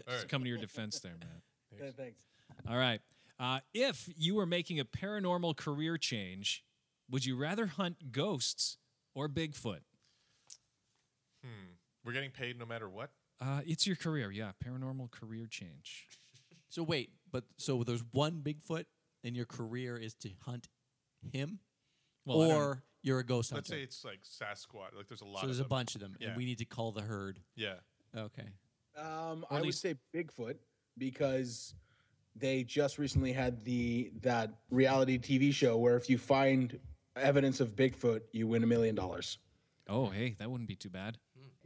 J: Just
I: right.
J: coming to your defense there, Matt.
C: Yeah, thanks.
J: All right. Uh, if you were making a paranormal career change, would you rather hunt ghosts or Bigfoot?
I: We're getting Hmm. paid no matter what.
J: Uh, it's your career, yeah. Paranormal career change.
F: So wait, but so there's one Bigfoot, and your career is to hunt him,
J: Well, I don't-
F: or you're a ghost hunter.
I: Let's say it's like Sasquatch. Like there's a lot.
F: so there's
I: of
F: a bunch of them,
I: Yeah.
F: and we need to call the herd.
I: yeah.
F: Okay.
C: Um,
F: Or at
C: I would
F: least-
C: say Bigfoot because they just recently had the that reality TV show where if you find evidence of Bigfoot, you win a million dollars.
J: Oh, hey, that wouldn't be too bad.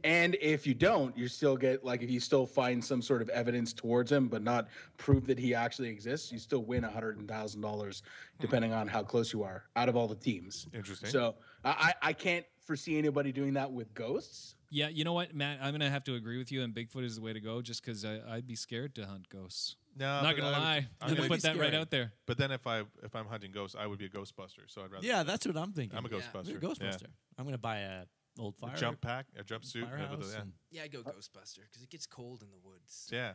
C: And if you don't, you still get like if you still find some sort of evidence towards him, but not prove that he actually exists, you still win a hundred thousand dollars, depending on how close you are out of all the teams.
I: Interesting.
C: So I I I can't foresee anybody doing that with ghosts.
J: Yeah, you know what, Matt? I'm gonna have to agree with you, and Bigfoot is the way to go, just because I'd be scared to hunt ghosts.
I: No,
J: not
I: Uh, but
J: gonna
I: I would-
J: lie.
I: I'm
J: I'm gonna
I: gonna
J: put
I: be
J: that right
I: scary.
J: out there.
I: But then if I if I'm hunting ghosts, I would be a Ghostbuster. So I'd rather.
F: Yeah, that's what I'm thinking.
I: I'm a
F: Yeah.
I: Ghostbuster.
F: You're a
I: yeah.
F: Ghostbuster. I'm gonna buy a old
I: A
F: fire
I: jump pack, a jumpsuit. yeah, with
F: firehouse
I: the- yeah.
F: and-
M: Yeah, I go Ghostbuster because it gets cold in the woods.
I: Yeah.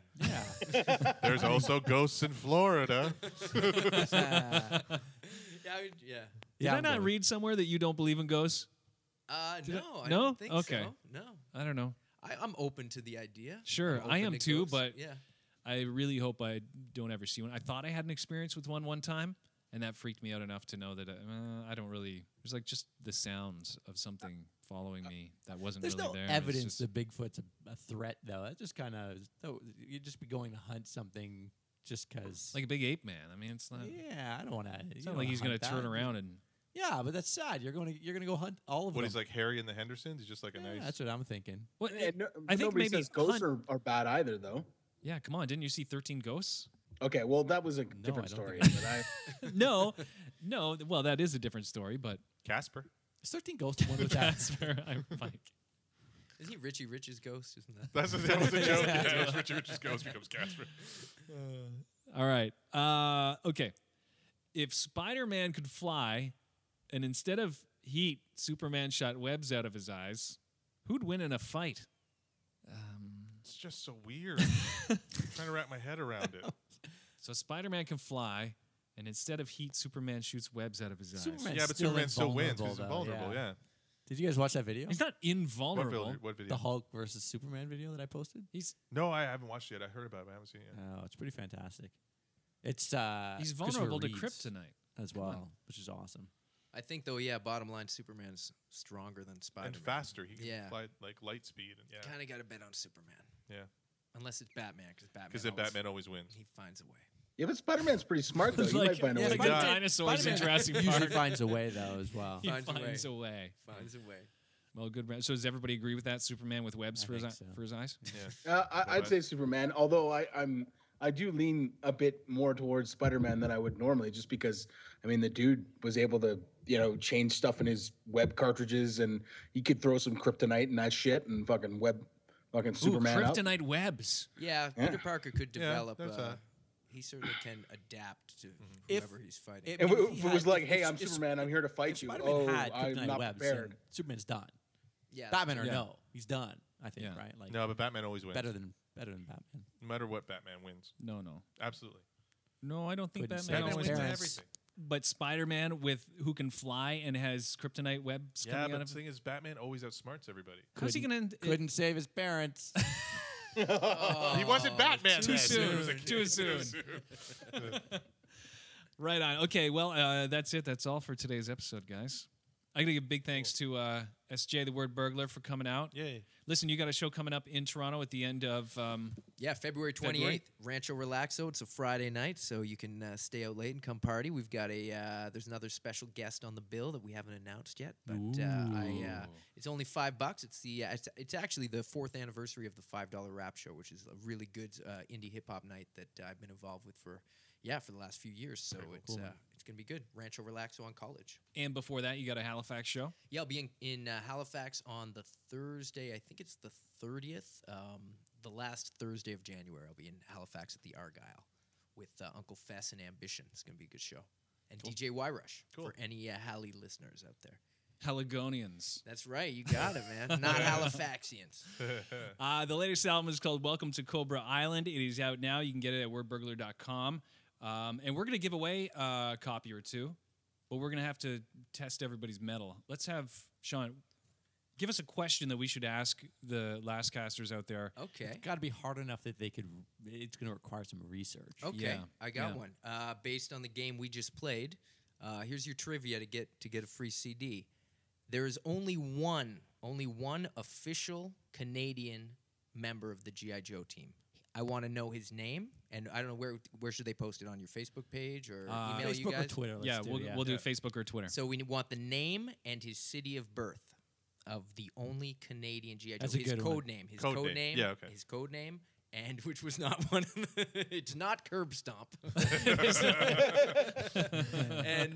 M: Yeah.
I: There's also ghosts in Florida.
M: yeah,
F: uh,
M: I would- yeah.
J: Did
F: Yeah,
J: I
F: I'm
J: not
F: good.
J: read somewhere that you don't believe in ghosts?
M: Uh,
J: Did I-
M: no, I
J: no?
M: don't think
J: Okay.
M: so. No,
J: I don't know.
M: I, I'm open to the idea.
J: Sure,
M: I'm
J: I
M: open
J: am
M: to
J: too,
M: ghosts.
J: but
M: yeah,
J: I really hope I don't ever see one. I thought I had an experience with one one time, and that freaked me out enough to know that uh, I don't really. It was like just the sounds of something following me that wasn't
F: There's
J: really
F: no
J: there. It was
F: evidence
J: just-
F: that Bigfoot's a, a threat, though. That just kind of you'd just be going to hunt something just because.
J: like a big ape man. I mean, it's not.
F: yeah, I don't want to.
J: It's not like he's gonna turn around and
F: Yeah, but that's sad. You're going to you're going to go hunt all of
I: what
F: them.
I: he's like Harry and the Hendersons. He's just like a
F: yeah,
I: nice.
F: That's what I'm thinking.
J: Well,
C: And no,
J: I think
C: nobody
J: maybe
C: says ghosts
J: hunt-
C: are, are bad either, though.
J: yeah, come on! Didn't you see Thirteen Ghosts?
C: Okay, well that was a different
F: I don't
C: story.
F: think
C: but I,
J: no, no. th- Well, that is a different story, but
I: Casper.
F: Is 13 Ghosts the one with that?
J: that's where I'm like,
M: isn't he Richie Rich's ghost? Isn't that?
I: That's a, that was a joke. yeah, it was Richard Rich's ghost becomes Casper.
J: all right, uh, okay. If Spider-Man could fly, and instead of heat, Superman shot webs out of his eyes, who'd win in a fight? Um,
I: It's just so weird. I'm trying to wrap my head around it.
J: so Spider-Man can fly, and instead of heat, Superman shoots webs out of his eyes.
F: Superman-
I: yeah, but
F: still
I: Superman still wins. He's
F: invulnerable, though,
I: invulnerable.
F: yeah.
I: Yeah.
F: Did you guys watch that video?
J: He's not
I: What
J: invulnerable.
I: video? What video?
F: The Hulk versus Superman video that I posted.
J: He's
I: No, I haven't watched it yet. I heard about it, but I haven't seen it yet.
F: Oh, it's pretty fantastic. It's uh,
J: he's
F: Christopher
J: vulnerable to
F: Reeves
J: kryptonite.
F: as
J: Come on.
F: well, which is awesome.
M: I think though, yeah. Bottom line, Superman's stronger than Spider-Man.
I: and faster. He can
M: Yeah.
I: fly like light speed. And, yeah.
M: Kind of got to bet on Superman.
I: Yeah.
M: Unless it's Batman, because Batman.
I: Because then
M: always-
I: Batman always wins.
M: He finds a way.
C: yeah, but Spider-Man's pretty smart though.
J: It's
C: You might
J: like,
C: find a
F: yeah,
C: way.
J: like
C: to
J: the
F: Spider-
C: die.
J: dinosaurs in
F: Spider-Man
J: Jurassic
F: usually
J: Park.
F: finds a way though as well.
J: he
M: Finds a way.
J: finds a way.
M: Finds a way.
J: Well, good. ra- So does everybody agree with that? Superman with webs
F: I
J: for his,
F: think
J: eye-
F: so.
J: for his eyes.
C: Uh,
I: Yeah. Well,
C: I, I'd
I: I-
C: say Superman, although I, I'm I do lean a bit more towards Spider-Man than I would normally, just because I mean the dude was able to you know change stuff in his web cartridges and he could throw some kryptonite and that shit and fucking web fucking Superman
J: Ooh,
C: up.
J: kryptonite webs.
M: Yeah,
C: Yeah.
M: Peter Parker could
I: Yeah,
M: develop.
I: that's
M: uh,
I: a-
M: he certainly can adapt to
F: If-
M: whoever he's fighting.
F: if-
C: And
F: he
C: if it
F: had-
C: was like,
F: if-
C: "Hey,
F: if-
C: I'm
F: if-
C: Superman. I'm here to
F: If
C: fight you."
F: Spider-Man
C: Oh,
F: had
C: I'm
F: kryptonite
C: not
F: webs,
C: prepared.
F: then Superman's done.
M: yeah, that's
F: Batman or
M: true.
J: Yeah.
F: no, he's done. I think
J: Yeah.
F: right, like
I: No, but Batman always wins.
F: better than better than Batman.
I: no matter what, Batman wins.
J: No, no,
I: Absolutely.
J: no. I don't think Batman
F: Couldn't say
I: Batman
J: always
F: his
I: wins in
J: wins.
F: parents.
I: everything.
J: But Spider-Man with who can fly and has kryptonite webs
I: Yeah,
J: coming out
I: but
J: of
I: the
J: him.
I: thing is, Batman always outsmarts everybody.
J: How's he gonna?
F: Couldn't-
J: End it-
F: Couldn't save his parents.
I: he wasn't Batman.
J: too
I: then.
J: soon,
I: He was a kid.
J: too soon. Right on. Okay. Well, uh, that's it. That's all for today's episode, guys. I gotta give big thanks to uh, SJ the Word Burglar for coming out.
I: Yay.
J: Listen, you got a show coming up in Toronto at the end of. Um,
M: Yeah, February 28th,
J: February?
M: Rancho Relaxo. It's a Friday night, so you can uh, stay out late and come party. We've got a uh, there's another special guest on the bill that we haven't announced yet, but uh, I uh,
J: Ooh.
M: it's only five bucks. It's the uh, it's, it's actually the fourth anniversary of the five dollar rap show, which is a really good uh, indie hip hop night that I've been involved with for yeah for the last few years. So it's uh, it's gonna be good. Rancho Relaxo on College.
J: and before that, you got a Halifax show.
M: Yeah, I'll be in, in uh, Halifax on the Thursday. I think it's the 30th, um, the last Thursday of January. I'll be in Halifax at the Argyle with uh, Uncle Fess and Ambition. It's going to be a good show. And DJ Y Rush
I: Cool.
M: for any uh, Halley listeners out there.
J: Haligonians.
M: That's right. You got it, man. Not Halifaxians.
J: Uh, the latest album is called Welcome to Cobra Island. It is out now. You can get it at wordburglar.com. Um, and we're going to give away uh, a copy or two, but we're going to have to test everybody's metal. Let's have Sean. Give us a question that we should ask the last casters out there.
M: Okay.
F: Got to be hard enough that they could. It's going to require some research.
M: Okay,
J: Yeah,
M: I got
J: yeah.
M: one. Uh, based on the game we just played, uh, here's your trivia to get to get a free CD. There is only one, only one official Canadian member of the GI Joe team. I want to know his name, and I don't know where where should they post it on your Facebook page or
J: Uh,
M: email you
J: Facebook or
M: guys?
J: Twitter, let's Yeah, do, we'll- yeah. we'll do Facebook or Twitter.
M: So we want the name and his city of birth of the only Canadian GI Joe.
F: That's a
M: his
F: good
M: code
F: one.
M: name, his
I: Code
M: code,
I: name.
M: name,
I: Yeah, okay.
M: his code name, and which was not one of the, it's not curb stomp. and uh, and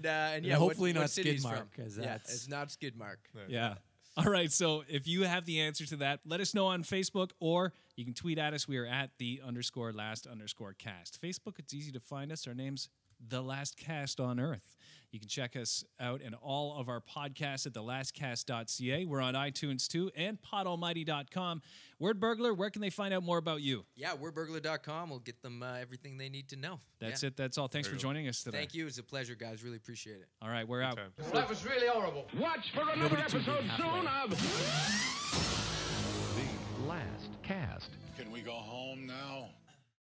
F: And
M: yeah, what-
F: hopefully
M: what
F: not
M: city he's
F: Skidmark,
M: from.
F: 'cause
M: yeah,
F: that's-
M: it's not Skidmark.
J: Yeah. All right. So if you have the answer to that, let us know on Facebook or you can tweet at us. We are at the underscore last underscore cast. Facebook, it's easy to find us. Our name's The Last Cast on Earth. You can check us out and all of our podcasts at thelastcast.ca. We're on iTunes too and podalmighty.com. Word Burglar, where can they find out more about you?
M: Yeah, we're burglar.com. We'll get them uh, everything they need to know.
J: That's it. That's all. Thanks for joining us today.
M: Thank you. It's a pleasure, guys. Really appreciate it.
J: All right. We're out.
M: Well, that was really horrible.
N: Watch for another
M: Nobody tuned in
N: episode soon of.
O: Last cast.
N: Can we go home now?